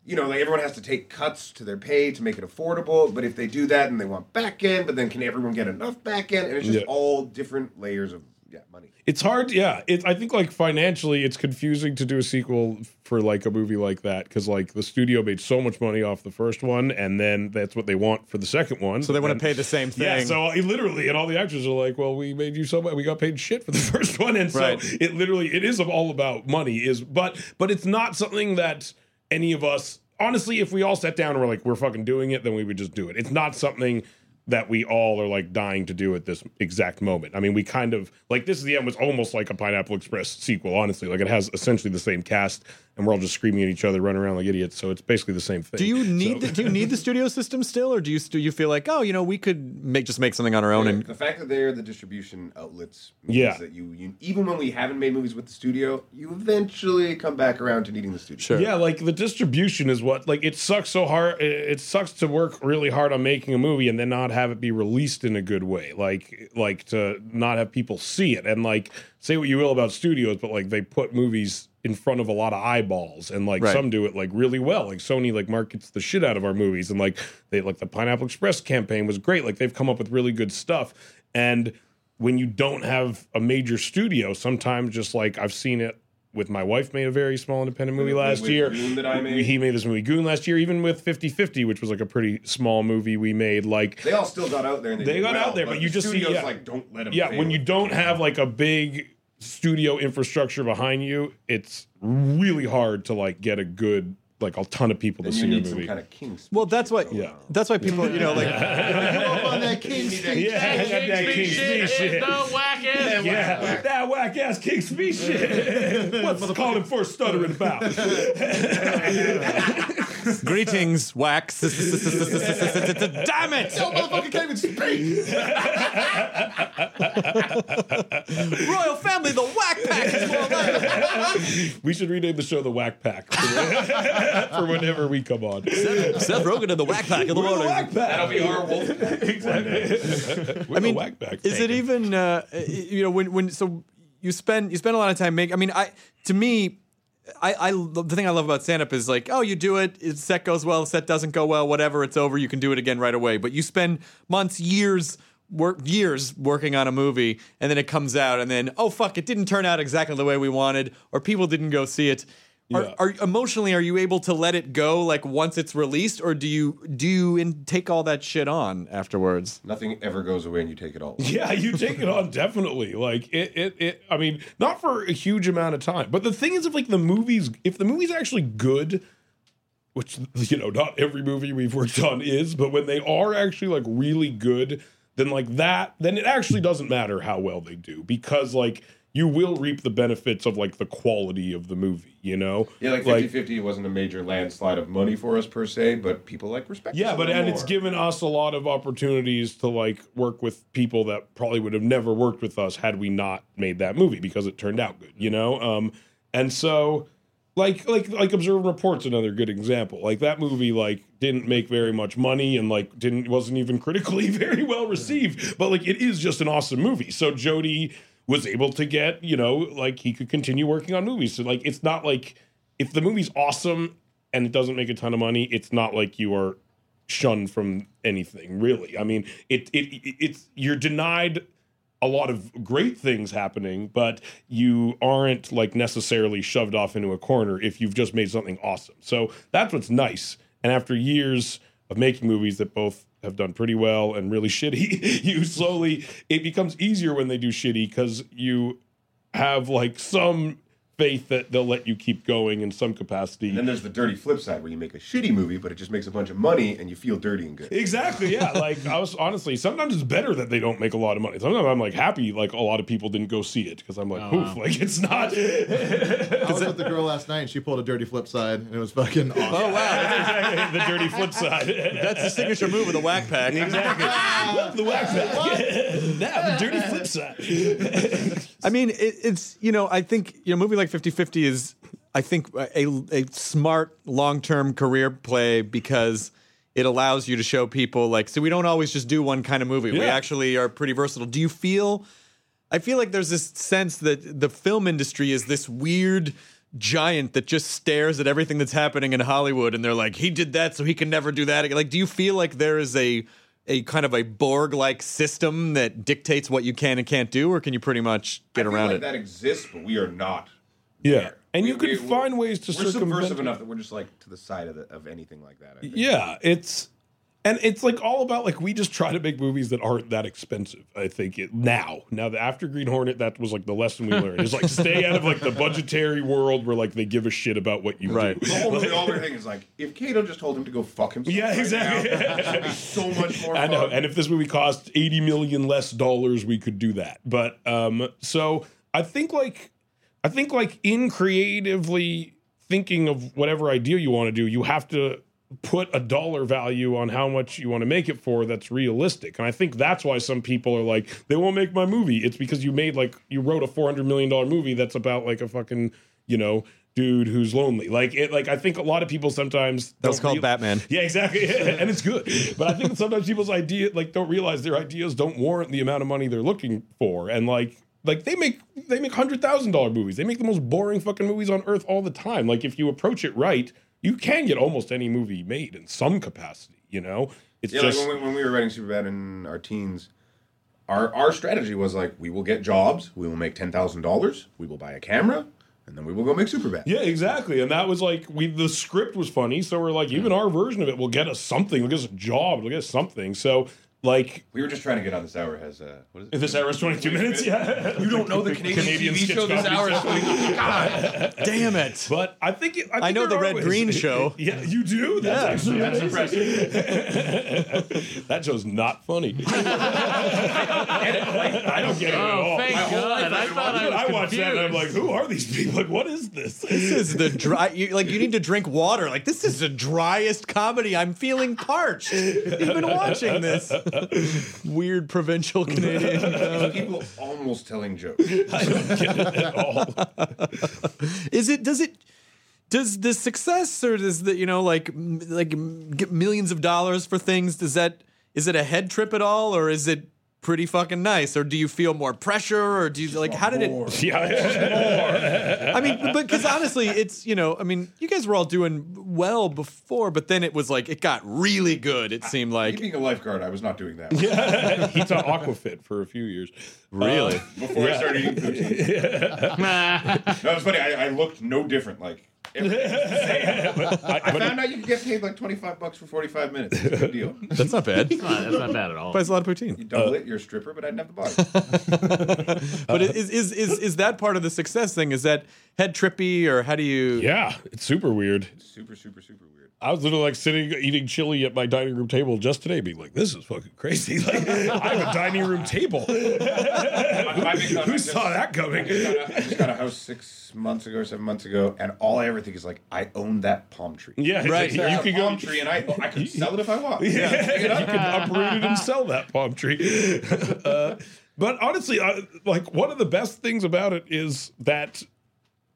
you know, like everyone has to take cuts to their pay to make it affordable. But if they do that and they want back end, but then can everyone get enough back end? And it's just Yeah. all different layers of yeah money. It's hard, yeah. It, I think like financially, it's confusing to do a sequel for like a movie like that because like the studio made so much money off the first one, and then that's what they want for the second one. So they want And- to pay the same thing. Yeah, so I literally, and all the actors are like, "Well, we made you so much, we got paid shit for the first one," and so Right. it literally, it is all about money. Is but but it's not something that any of us, honestly, if we all sat down and were like, "We're fucking doing it," then we would just do it. It's not something that we all are like dying to do at this exact moment. I mean, we kind of like this is the end was almost like a Pineapple Express sequel, honestly. Like it has essentially the same cast, and we're all just screaming at each other, running around like idiots. So it's basically the same thing. do you need the, do you need the studio system still, or do you do you feel like oh you know we could make just make something on our own and The fact that they're the distribution outlets means Yeah. that you, you even when we haven't made movies with the studio, you eventually come back around to needing the studio. sure Yeah, like the distribution is what like it sucks so hard. It it sucks to work really hard on making a movie and then not have it be released in a good way. Like like to not have people see it and like say what you will about studios, but like they put movies in front of a lot of eyeballs and like Right. some do it like really well. Like Sony like markets the shit out of our movies and like they like the Pineapple Express campaign was great. Like they've come up with really good stuff and when you don't have a major studio, sometimes just like I've seen it with my wife made a very small independent movie With- last with year. Goon that I made? He made this movie Goon last year, even with 50 50, which was like a pretty small movie we made. Like They all still got out there and they, They did got well, out there, but you the just see- studios yeah. like don't let them. yeah, when you don't have like a big studio infrastructure behind you, it's really hard to like get a good like a ton of people Then to you see your need some movie. kind of Well, that's why. That's why people, you know, like that King Speech. Yeah, that, that King Speech shit. wackest. Yeah, that whack ass King Speech shit. What's calling for stuttering about? greetings, wax. Damn it! No motherfucker can't even speak. Royal family, the whack pack is more like. we should rename the show the Whack Pack for whenever we come on. Seth, Seth Rogen and the whack pack of the We're morning. Whack Pack. That'll be our wolf pack. exactly. We're I mean, the Whack Pack. Is it even uh, you know when when so you spend you spend a lot of time making? I mean, I to me, I, I the thing I love about stand up is like, oh, you do it, it, set goes well, set doesn't go well, whatever, it's over, you can do it again right away. But you spend months, years. Work years working on a movie, and then it comes out, and then oh fuck, it didn't turn out exactly the way we wanted, or people didn't go see it. Are, Yeah. are emotionally, are you able to let it go like once it's released, or do you do you in, take all that shit on afterwards? Nothing ever goes away and you take it all. Yeah, you take it on definitely. Like it, it, it. I mean, not for a huge amount of time. But the thing is, if like the movies, if the movie's actually good, which you know, not every movie we've worked on is, but when they are actually like really good, then like that, then it actually doesn't matter how well they do because like you will reap the benefits of like the quality of the movie. You know, Yeah, like 50 50 wasn't a major landslide of money for us per se, but people like respect us yeah a but little and it's more. given us a lot of opportunities to like work with people that probably would have never worked with us had we not made that movie because it turned out good you know um and so like like like observe and report's another good example like that movie like didn't make very much money and like didn't wasn't even critically very well received but like it is just an awesome movie so jody was able to get you know like he could continue working on movies so like it's not like if the movie's awesome and it doesn't make a ton of money it's not like you are shunned from anything really i mean it, it it- it's you're denied a lot of great things happening but you aren't like necessarily shoved off into a corner if you've just made something awesome so that's what's nice and after years of making movies that both have done pretty well and really shitty you slowly it becomes easier when they do shitty because you have like some faith that they'll let you keep going in some capacity And then there's the dirty flip side where you make a shitty movie, but it just makes a bunch of money and you feel dirty and good. Exactly. Yeah. Like I was honestly, sometimes it's better that they don't make a lot of money. Sometimes I'm like happy, like a lot of people didn't go see it because I'm like, Oh, wow. oof, like it's not. I was with the girl last night and she pulled a dirty flip side and it was fucking awesome. Oh wow, exactly the dirty flip side. that's the signature move of the whack pack. Exactly. the whack pack. now the dirty flip side. I mean, it, it's you know, I think you know, a movie like 50-50 is, I think, a a smart long term career play because it allows you to show people like, so we don't always just do one kind of movie. We Yeah. actually are pretty versatile. Do you feel? I feel like there's this sense that the film industry is this weird giant that just stares at everything that's happening in Hollywood and they're like, he did that so he can never do that again. Like, do you feel like there is a a kind of a Borg like system that dictates what you can and can't do, or can you pretty much get I feel around like it? That exists, but we are not. Yeah. And We- you can we- find ways to We're circumvent subversive it. enough that we're just like to the side of, the, of anything like that. I think. Yeah, it's and it's like all about like we just try to make movies that aren't that expensive. I think it now. Now the after Green Hornet, that was like the lesson we learned. Is like stay out of like the budgetary world where like they give a shit about what you right. do. The whole, the whole thing is like if Kato just told him to go fuck himself. Yeah, right exactly. now, it should be so much more. I know. fun. And if this movie cost 80 million less dollars, we could do that. But um so I think like I think like in creatively thinking of whatever idea you want to do, you have to put a dollar value on how much you want to make it for that's realistic. And I think that's why some people are like they won't make my movie. It's because you made like you wrote a 400 million dollar movie that's about like a fucking, you know, dude who's lonely. Like it like I think a lot of people sometimes That's don't called real- Batman. yeah, exactly, and it's good. But I think that sometimes people's idea like don't realize their ideas don't warrant the amount of money they're looking for, and like like they make they make hundred thousand dollar movies. They make the most boring fucking movies on earth all the time. Like if you approach it right, you can get almost any movie made in some capacity. You know, it's yeah, just like when we, when we were writing Superbad in our teens, our our strategy was like we will get jobs, we will make ten thousand dollars, we will buy a camera, and then we will go make Superbad. Yeah, exactly. And that was like we the script was funny, so we're like, even our version of it will get us something. It'll get us a job. It'll get us something. So like we were just trying to get on this hour has uh, what is it? This hour is twenty two minutes. Yeah, you don't know the Canadian, TV show this hour is 22. God. Damn it! But I think, it, I, think I know there the are Red ways- Green show. Yeah, you do. That's Yeah. That's actually impressive. that show's not funny. I don't get it Oh, at all. thank My whole God. life I've I been thought I was watching it. watched that and I'm like, confused. who are these people? Like, what is this? This is the dry. You, like you need to drink water. Like this is the driest comedy. I'm feeling parched. Even watching this weird provincial Canadian. uh, People almost telling jokes. is it? Does it? Does the success or does the you know like m- like m- get millions of dollars for things? Does that is it a head trip at all or is it pretty fucking nice? Or do you feel more pressure or do you like how did it? I mean, but because honestly, it's you know, I mean, you guys were all doing well before, but then it was like it got really good. It seemed like being a lifeguard, I was not doing that. Yeah, he taught Aquafit for a few years. Uh, Really? Before I started eating poutine. no, it's funny. I, I looked no different. Like everything was the same. I, found out you could get paid like twenty five bucks for forty five minutes. It's a good deal. that's not bad. It's not- that's not bad at all. Buys a lot of poutine. You Uh, double it, you're a stripper, but I didn't have the body. but it- is, is is is that part of the success thing? Is that head trippy or how do you? Yeah, it's super weird. Super, super, super weird. I was literally like sitting eating chili at my dining room table just today, being like, "This is fucking crazy! Like, I have a dining room table. Who saw that I coming?" just, got a, I just got a house six months ago, seven months ago, and all I ever think is like, I own that palm tree. Yeah, it's Right. There's You a could go. palm tree, and I I could sell it if I want. Yeah, Pick it you up. could uproot it and sell that palm tree. Uh, but honestly, I, like one of the best things about it is that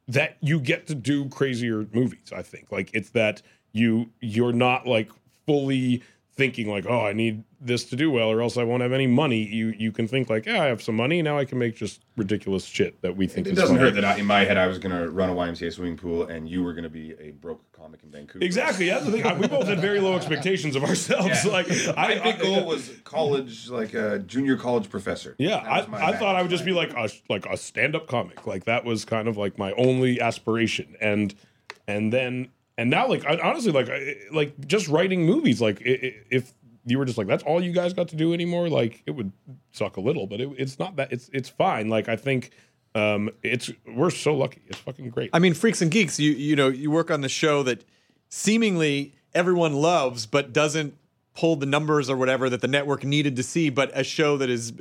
that you get to do crazier movies i think like it's that you you're not like fully thinking like oh i need this to do well or else i won't have any money you you can think like yeah i have some money now i can make just ridiculous shit that we think It is doesn't funny. hurt that I, in my head I was going to run a YMCA swimming pool, and you were going to be a broke comic in Vancouver. exactly that's the thing I- we both had very low expectations of ourselves Yeah. like My I, big I- goal was college, like a junior college professor. yeah, That was I, my I bag. thought I would just be like a like a stand up comic. Like that was kind of like my only aspiration, and and then and now like I, honestly like I, like just writing movies. Like i- i- if you were just like that's all you guys got to do anymore, like it would suck a little, but it, it's not that it's it's fine. Like I think um it's we're so lucky. It's fucking great. I mean, freaks and geeks. You you know you work on the show that seemingly everyone loves, but doesn't pull the numbers or whatever that the network needed to see. But a show that is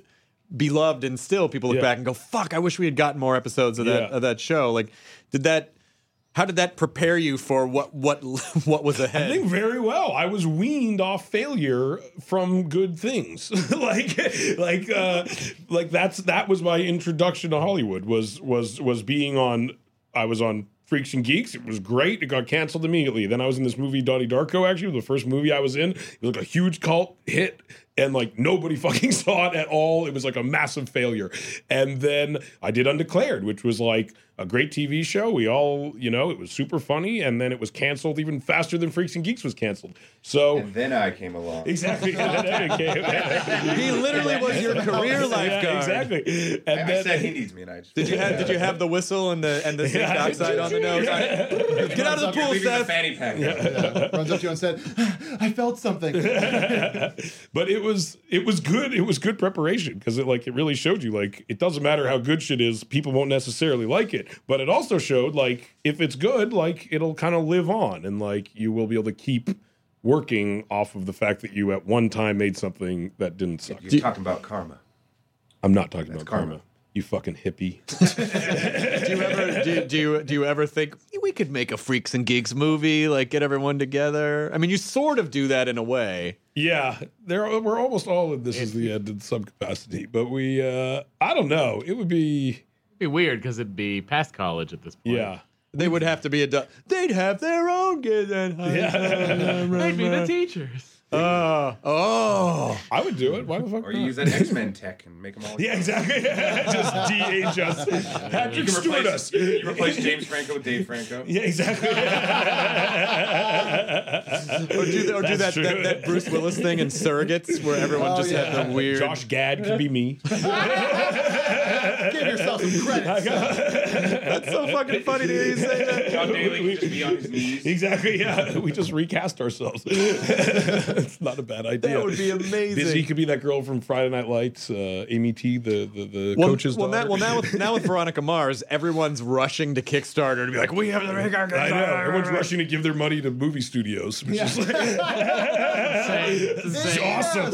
beloved and still people look Yeah. back and go, "Fuck! I wish we had gotten more episodes of that Yeah. of that show." Like, did that? How did that prepare you for what what what was ahead? I think very well. I was weaned off failure from good things. like like uh like that's that was my introduction to Hollywood was was was being on I was on Freaks and Geeks. It was great. It got canceled immediately. Then I was in this movie Donnie Darko actually, the first movie I was in. It was like a huge cult hit and like nobody fucking saw it at all. It was like a massive failure. And then I did Undeclared, which was like a great TV show. We all, you know, it was super funny. And then it was canceled even faster than Freaks and Geeks was canceled. So And then I came along. exactly. And then it came- he literally was your career lifeguard. Yeah, exactly. And I, I then said he needs me, and I just Did you have Did you have the whistle and the and the zinc Yeah. oxide on the nose? Get out of the pool, leaving the Seth. fanny pack. Runs up to you and said, "I felt something." but it was it was good. It was good preparation because it like it really showed you like it doesn't matter how good shit is, people won't necessarily like it. But it also showed like if it's good, like it'll kind of live on and like you will be able to keep working off of the fact that you at one time made something that didn't suck. You're talking about karma. I'm not talking about karma. karma. You fucking hippie. Do you ever do, do you do you ever think we could make a Freaks and Geeks movie? Like get everyone together. I mean, you sort of do that in a way. Yeah, there we're almost all in this is the end in some capacity, but we uh I don't know. It would be It'd be weird because it'd be past college at this point. yeah. They would have to be a. du- They'd have their own kids. And Yeah. They'd be the teachers. Uh, oh, I would do it. Why the fuck? Or you not? use that X Men tech and make them all. Yeah, exactly. Just DH us. You Patrick can Stewart replace, us. you replace James Franco with Dave Franco. Yeah, exactly. or do, the, or do that, That's that true. that Bruce Willis thing in Surrogates where everyone Oh, just had the weird. Josh Gad could be me. Give yourself awesome credits. That's so fucking funny to hear you say that. John Daly could just be on his knees. Exactly. Yeah, we just recast ourselves. it's not a bad idea. would be amazing. Busy could be that girl from Friday Night Lights, uh, Amy T, the the, the Well, coach's well, now, daughter. well now, with, now with Veronica Mars, everyone's rushing to Kickstarter to be like, we have the big I know. Everyone's rushing to give their money to movie studios, which is like, it's awesome.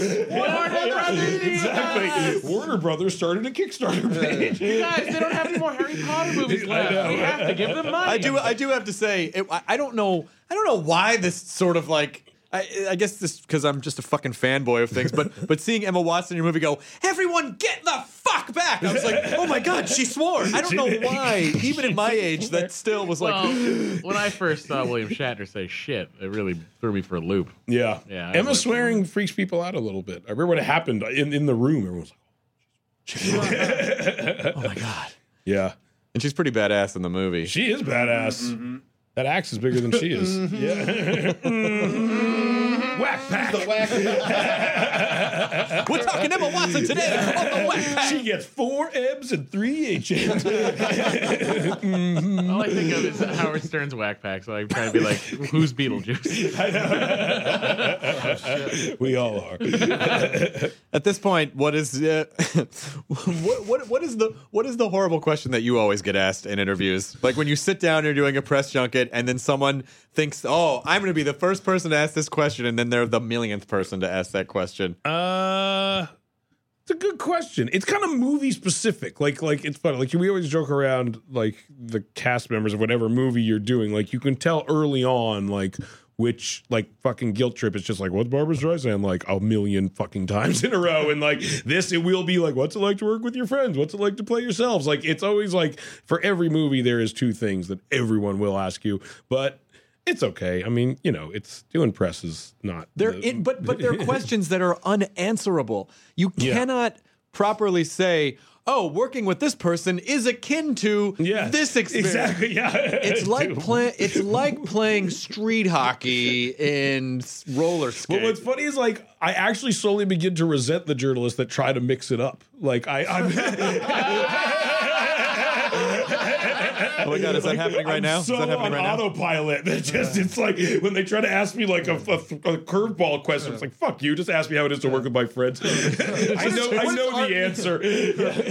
exactly. Warner Brothers started a Kickstarter page. You guys, they don't have any more Harry Potter movies left. We have to give them money. I do. I do have to say, it, I, I don't know. I don't know why this sort of like. I, I guess this because I'm just a fucking fanboy of things, but but seeing Emma Watson in your movie go, everyone get the fuck back! I was like, oh my god, she swore. I don't know why. Even at my age, that still was like, Well, when I first saw William Shatner say shit, it really threw me for a loop. Yeah. Yeah. I Emma was like, swearing freaks people out a little bit. I remember what happened in, in the room. Everyone was like, oh my God. Yeah. and she's pretty badass in the movie. She is badass. That axe is bigger than she is. yeah. whack pack. We're talking Emma Watson today on Oh, the Whack Pack. She gets four M's and three H's. All I think of is Howard Stern's whack pack, so I'm trying to be like, who's Beetlejuice? we all are. At this point, what is uh, what, what what is the what is the horrible question that you always get asked in interviews? Like when you sit down, you're doing a press junket, and then someone thinks, "Oh, I'm going to be the first person to ask this question," and then they're the millionth person to ask that question. Uh it's a good question. It's kind of movie specific. Like like it's funny. Like we always joke around like the cast members of whatever movie you're doing. Like you can tell early on like which like fucking guilt trip it's just like what's Barbara Streisand like a million fucking times in a row and like this it will be like what's it like to work with your friends what's it like to play yourselves like it's always like for every movie there is two things that everyone will ask you but it's okay I mean you know it's doing press is not They're in, but but they're questions that are unanswerable. You cannot properly say, "Oh, working with this person is akin to this experience." exactly, yeah. it's like Dude. play, It's like playing street hockey in s- roller skate. But what's funny is like I actually slowly begin to resent the journalists that try to mix it up. Like I, I'm. Oh my God, is that happening right I'm now? Is So that happening on right now? autopilot. That just it's like when they try to ask me like a, a, a curveball question. It's like fuck you. Just ask me how it is to work with my friends. I know. I What does know art the mean- answer.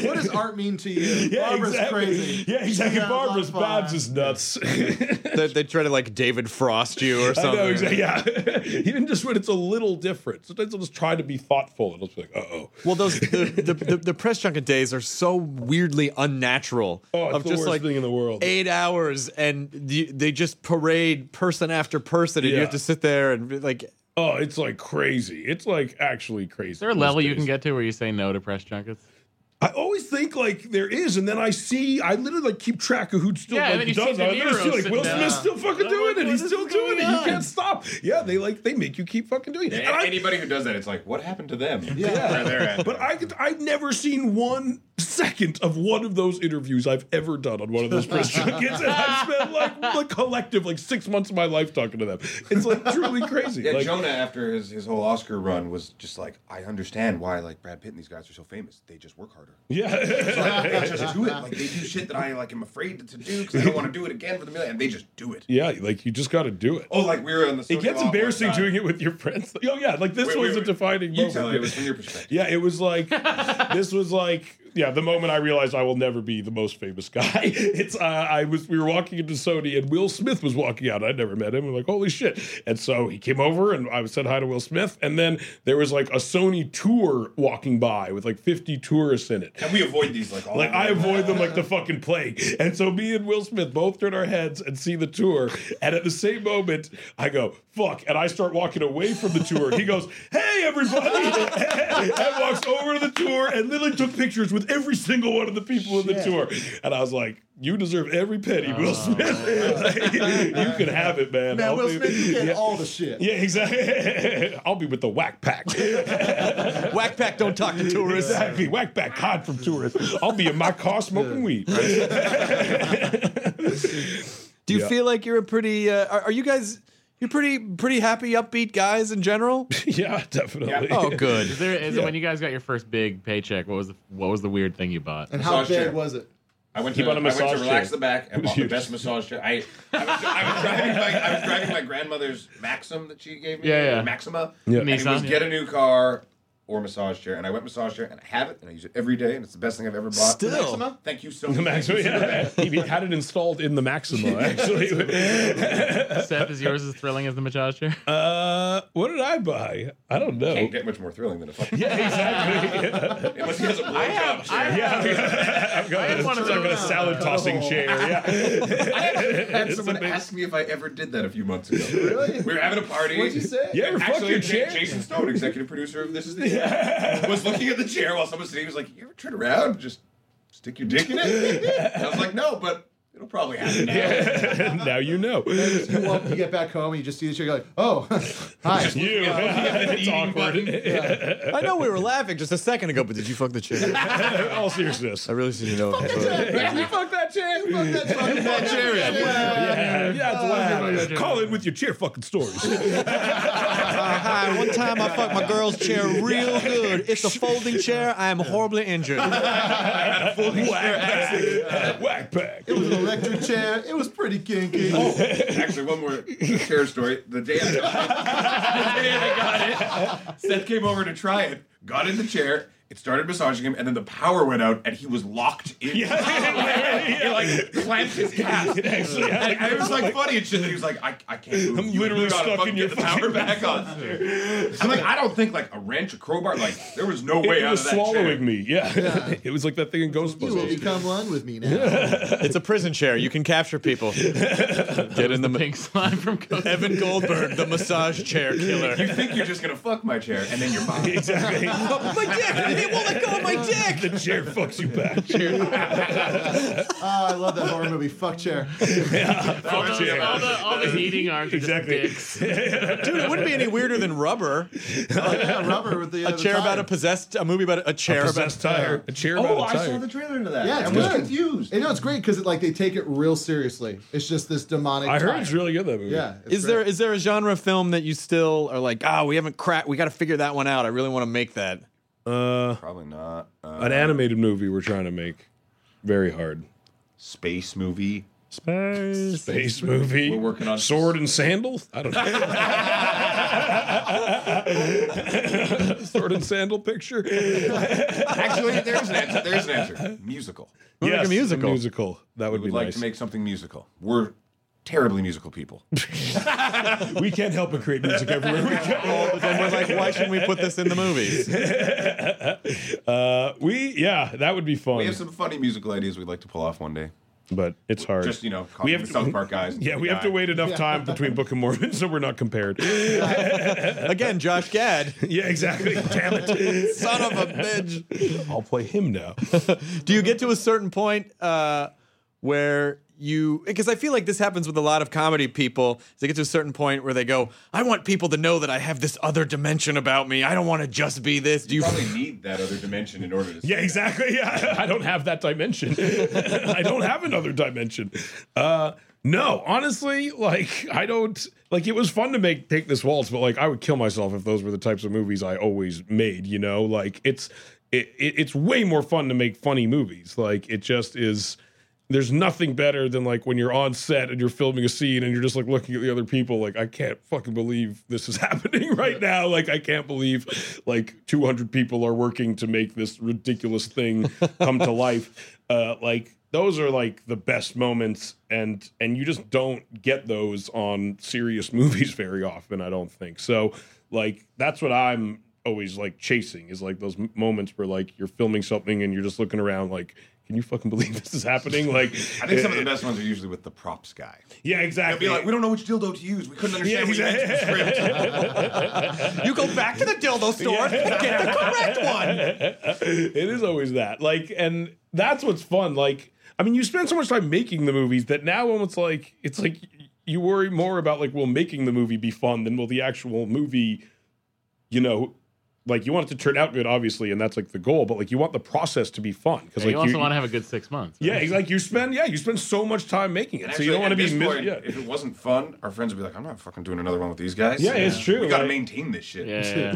What does art mean to you? Yeah, Barbara's exactly. crazy. Yeah, exactly. She's got a lot Barbara's of fun. Bob's is nuts. they, they try to like David Frost you or something. I know, exactly. Yeah. Even just when it's a little different. Sometimes I'll just try to be thoughtful and I'll just be like, uh oh. Well, those the, the, the, the press junket days are so weirdly unnatural. Oh, it's of the just worst like thing in the world. eight hours, and you, they just parade person after person, and you Yeah. have to sit there and be like, Oh, it's like crazy. It's like actually crazy. Is there a level you can get to where you say no to press junkets? I always think like there is, and then I see I literally like keep track of who's still Yeah, and like, then you see does it. De I literally Niro see like sitting Will down. Smith's still fucking doing it. He's still doing it. You on? can't stop. Yeah, they like they make you keep fucking doing it. And And I- anybody who does that, it's like, what happened to them? Yeah. Where they're at. But I, could- I've never seen one second of one of those interviews I've ever done on one of those press junkets, and I've spent like like collective like six months of my life talking to them. It's like truly crazy. Yeah, like, Jonah after his, his whole Oscar run was just like, I understand why like Brad Pitt and these guys are so famous. They just work harder. Yeah. they just do it. Like they do shit that I like am afraid to do because I don't want to do it again for the million. And they just do it. yeah, like you just got to do it. Oh, like we were on the. It Sony gets lot one embarrassing time. doing it with your friends. Like, oh yeah, like this Wait, was wait, a wait. defining You moment. tell it. It was from your perspective. Yeah, it was like this was like yeah, the moment I realized I will never be the most famous guy. It's uh, I was we were walking into Sony and Will Smith was walking out. I'd never met him. I'm like, holy shit! And so he came over and I said hi to Will Smith. And then there was like a Sony tour walking by with like 50 tourists in it. And we avoid these like all. Like I avoid them like the fucking plague. And so me and Will Smith both turn our heads and see the tour. And at the same moment, I go, fuck. And I start walking away from the tour. He goes, hey everybody. and walks over to the tour and literally took pictures with every single one of the people in the tour. And I was like, you deserve every penny, Will Smith. you can have it, man. Oh, Man, I'll Will be- Smith, you get yeah. all the shit. Yeah, exactly. I'll be with the whack pack. whack pack, don't talk to tourists. Exactly. Whack pack, hide from tourists. I'll be in my car smoking weed. Do you Yeah. feel like you're a pretty? Uh, are, are you guys? You're pretty, pretty happy, upbeat guys in general. yeah, definitely. Oh, good. Is there is when you guys got your first big paycheck? What was the what was the weird thing you bought? And how big was it? I went He to, bought a I went massage to relax chair. the back and bought the best massage chair. I, I, was, I, was driving my, I was driving my grandmother's Maxim that she gave me. Yeah, yeah. Maxima. Yeah. And it was Nissan, yeah. get a new car or massage chair. And I went massage chair and I have it and I use it every day and it's the best thing I've ever bought. Still. Maxima? Thank you so much. The Maxima, Thank you so yeah. much. he had it installed in the Maxima, actually. Seth, is yours as thrilling as the massage chair? Uh, what did I buy? I don't know. Can't get much more thrilling than a fucking. yeah, exactly. Unless he has a blowjob chair. I've got, had one of I've got a those. Oh. salad tossing chair. Yeah. I actually had It's someone amazing. ask me if I ever did that a few months ago. Really? We were having a party. What'd you say? You ever fuck Actually, your Ja- chair? Jason Stone, executive producer of This Is the Year, was looking at the chair while someone was sitting. He was like, "You ever turn around and just stick your dick in it?" I was like, "No, but it'll probably happen now." now you know. You, walk, you get back home and you just see the chair. You're like, oh, hi. Just you. it's awkward. I know we were laughing just a second ago, but did you fuck the chair? All seriousness. I really should you know. You fuck that chair. You fuck that chair. that chair. Yeah, yeah, Oh, it's loud. Call in with your chair fucking stories. Hi, one time I fucked my girl's chair real good. It's a folding chair. I am horribly injured. Whack pack. It was an electric chair. It was pretty kinky. Oh, actually, one more chair story. The day I the day I got it, Seth came over to try it, got in the chair. It started massaging him, and then the power went out, and he was locked in. Yeah. it like clamped his calf. It actually and, and it was like happened. funny and shit. That he was like, I, I can't move. I'm You literally gotta stuck fucking in your get the power fucking- back on. I'm like, I don't think like a wrench, a crowbar, like there was no way it out was of that swallowing chair. me. Yeah. it was like that thing in You will Ghostbusters. become one with me now. It's a prison chair. You can capture people. Get in the, pink slime from Evan Goldberg, the massage chair killer. You think you're just gonna fuck my chair, and then you're mine. my dick! Exactly. It won't let go of my dick! The chair fucks you back. Ah, I love that horror movie. Fuck chair. all, those, chair. all the, all the heating arms are Exactly. just dicks. Dude, it wouldn't be any weirder than rubber. Oh, yeah, rubber with the, uh, A the chair about tire. a possessed, a movie about a, a chair possessed about tire. A chair Oh, about a I tire. saw the trailer to that. Yeah, it's I was good. confused. You know it's great because it, like they take it real seriously. It's just this demonic. I heard tire. it's really good that movie. Yeah. it's Is great. there is there a genre of film that you still are like, ah, we haven't cracked, we got to figure that one out. I really want to make that. Uh, Probably not. Uh, an animated movie we're trying to make. Very hard. space movie. Space, movie. We're working on- sword and sandal. I don't know. sword and sandal picture. Actually, there's an answer. There's an answer. Musical. We'll make a musical. musical. That would We'd be like nice. to make something musical. We're terribly musical people. we can't help but create music everywhere we go. But then we're like, why shouldn't we put this in the movies? Uh, we yeah, that would be We fun. have some funny musical ideas we'd like to pull off one day. but it's hard. Just you know, we we have have to- South Park guys. yeah, we have to wait enough time between Book of Mormon so we're not compared. Again, Josh Gad. yeah, exactly. Damn it. Son of a bitch. I'll play him now. Do you get to a certain point uh, where you, because I feel like this happens with a lot of comedy people, is they get to a certain point where they go, I want people to know that I have this other dimension about me. I don't want to just be this. Do You you? probably need that other dimension in order to. Yeah, exactly. Yeah, I don't have that dimension. I don't have another dimension. Uh, no, honestly, like I don't like. It was fun to make take this waltz, but like I would kill myself if those were the types of movies I always made. You know, like it's it, it, it's way more fun to make funny movies. Like it just is. There's nothing better than like when you're on set and you're filming a scene and you're just like looking at the other people like I can't fucking believe this is happening right now like I can't believe like 200 people are working to make this ridiculous thing come to life uh like those are like the best moments and and you just don't get those on serious movies very often I don't think. So like that's what I'm always like chasing is like those m- moments where like you're filming something and you're just looking around like can you fucking believe this is happening? Like, eh, I think some of the best ones are usually with the props guy. yeah, They'll exactly. be like, we don't know which dildo to use. We couldn't understand Yeah, what you exactly. meant in the script. You go back to the dildo store and get the correct one. it is always that. Like, and that's what's fun. Like, I mean, you spend so much time making the movies that now almost like it's like you worry more about like will making the movie be fun than will the actual movie, you know, like you want it to turn out good, obviously, and that's like the goal. But like you want the process to be fun because Yeah, like you also want to have a good six months. yeah, it's like you spend yeah you spend so much time making it, And so actually, you don't want to at be this mis- point, yeah. If it wasn't fun, our friends would be like, "I'm not fucking doing another one with these guys." Yeah, it's true, We got to like- maintain this shit.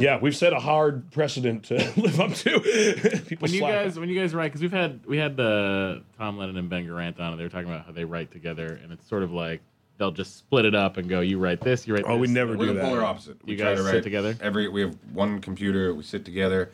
yeah. we've set a hard precedent to live up to. People when you slap guys when you guys write because we've had we had the Tom Lennon and Ben Garant on and they were talking about how they write together and it's sort of like they'll just split it up and go you write this you write Oh, we this. never We're do the that. polar opposite. you try guys to sit write together Every we have one computer. We sit together.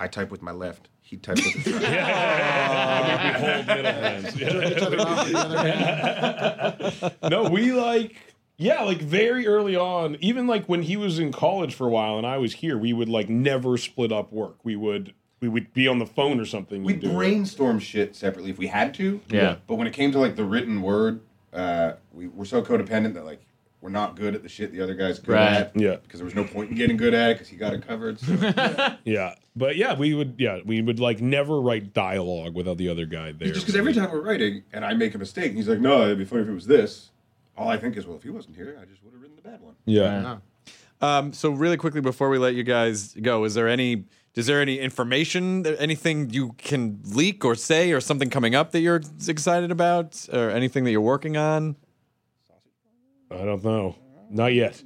I type with my left. He types with his right. We hold middle hands. no, we like yeah, like very early on, even like when he was in college for a while and I was here, we would like never split up work. We would we would be on the phone or something. we and do it. brainstorm shit separately if we had to. Yeah. But when it came to like the written word, uh, we we're so codependent that like we're not good at the shit the other guy's good Right. at. Yeah. Because there was no point in getting good at it because he got it covered. So like, Yeah. But yeah, we would yeah, we would like never write dialogue without the other guy there. just because every time we're writing and I make a mistake, and he's like, "No, it'd be funny if it was this." All I think is, "Well, if he wasn't here, I just would have written the bad one." Yeah. Um, so really quickly before we let you guys go, is there any is there any information, anything you can leak or say, or something coming up that you're excited about, or anything that you're working on? I don't know. Not yet.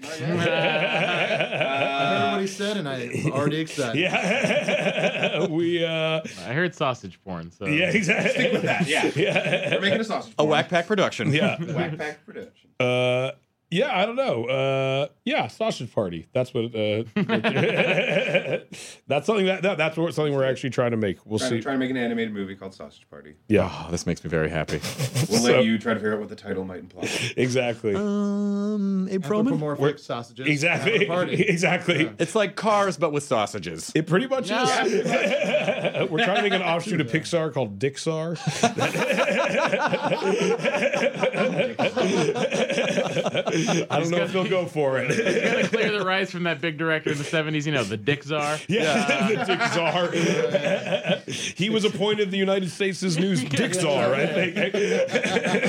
I heard what he said, and I'm already excited. yeah. we uh I heard sausage porn so Yeah, exactly. Stick with that, yeah. We're making a sausage. A Oh, Whack Pack production. Yeah. Whack pack production. Uh, yeah, I don't know. Uh, yeah, sausage party. That's what. Uh, that's something that, that that's what, something we're actually trying to make. We'll trying, see. trying to make an animated movie called Sausage Party. Yeah, this makes me very happy. We'll So- let you try to figure out what the title might imply. exactly. Uh, Um, Anthropomorphic We're- sausages exactly. at a party. exactly. It's like cars, but with sausages. It pretty much No. is. Uh, we're trying to make an offshoot of Pixar called Dixar. I don't know if they'll go for it. gotta clear the rice from that big director in the 70s you know the dick czar Yeah, the Dick Czar. he was appointed the United States' new Dick Czar, I think.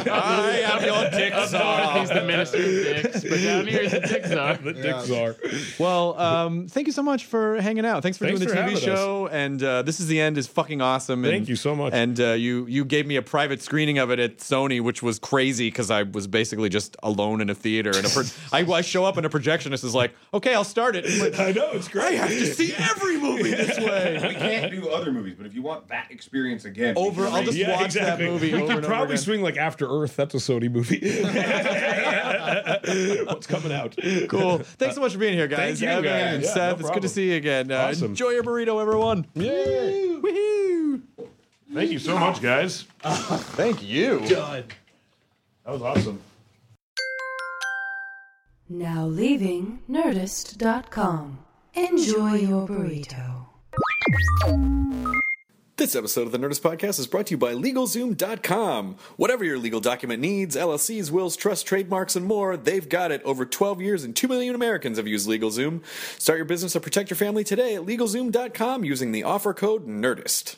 I am your Dick Czar. he's the minister of dicks but down here he's the dick czar the dick czar Well, um, thank you so much for hanging out. Thanks for Thanks doing for the TV having us. show. And uh, this is the end is fucking awesome. Thank and, you so much. And uh, you you gave me a private screening of it at Sony, which was crazy because I was basically just alone in a theater. And a pro- I, I show up and a projectionist is like, "Okay, I'll start it." I'm like, I know it's great. I have to see every movie this way. we can't do other movies, but if you want that experience again, we Over- can I'll arrange- just watch that movie We over could and over probably again. swing like After Earth. That's a Sony movie. What's coming out? Cool. Thanks so much for being here, guys. Thank you, Evan guys. and Yeah, no Seth, it's good to problem. see you again. Uh, Awesome. Enjoy your burrito, everyone. Yay! Woohoo! Thank you so much, guys. Thank you. That was awesome. Now leaving Nerdist.com. Enjoy your burrito. This episode of the Nerdist Podcast is brought to you by LegalZoom.com. Whatever your legal document needs, LLCs, wills, trusts, trademarks, and more, they've got it. Over 12 years and 2 million Americans have used LegalZoom. Start your business or protect your family today at LegalZoom.com using the offer code E NERDIST.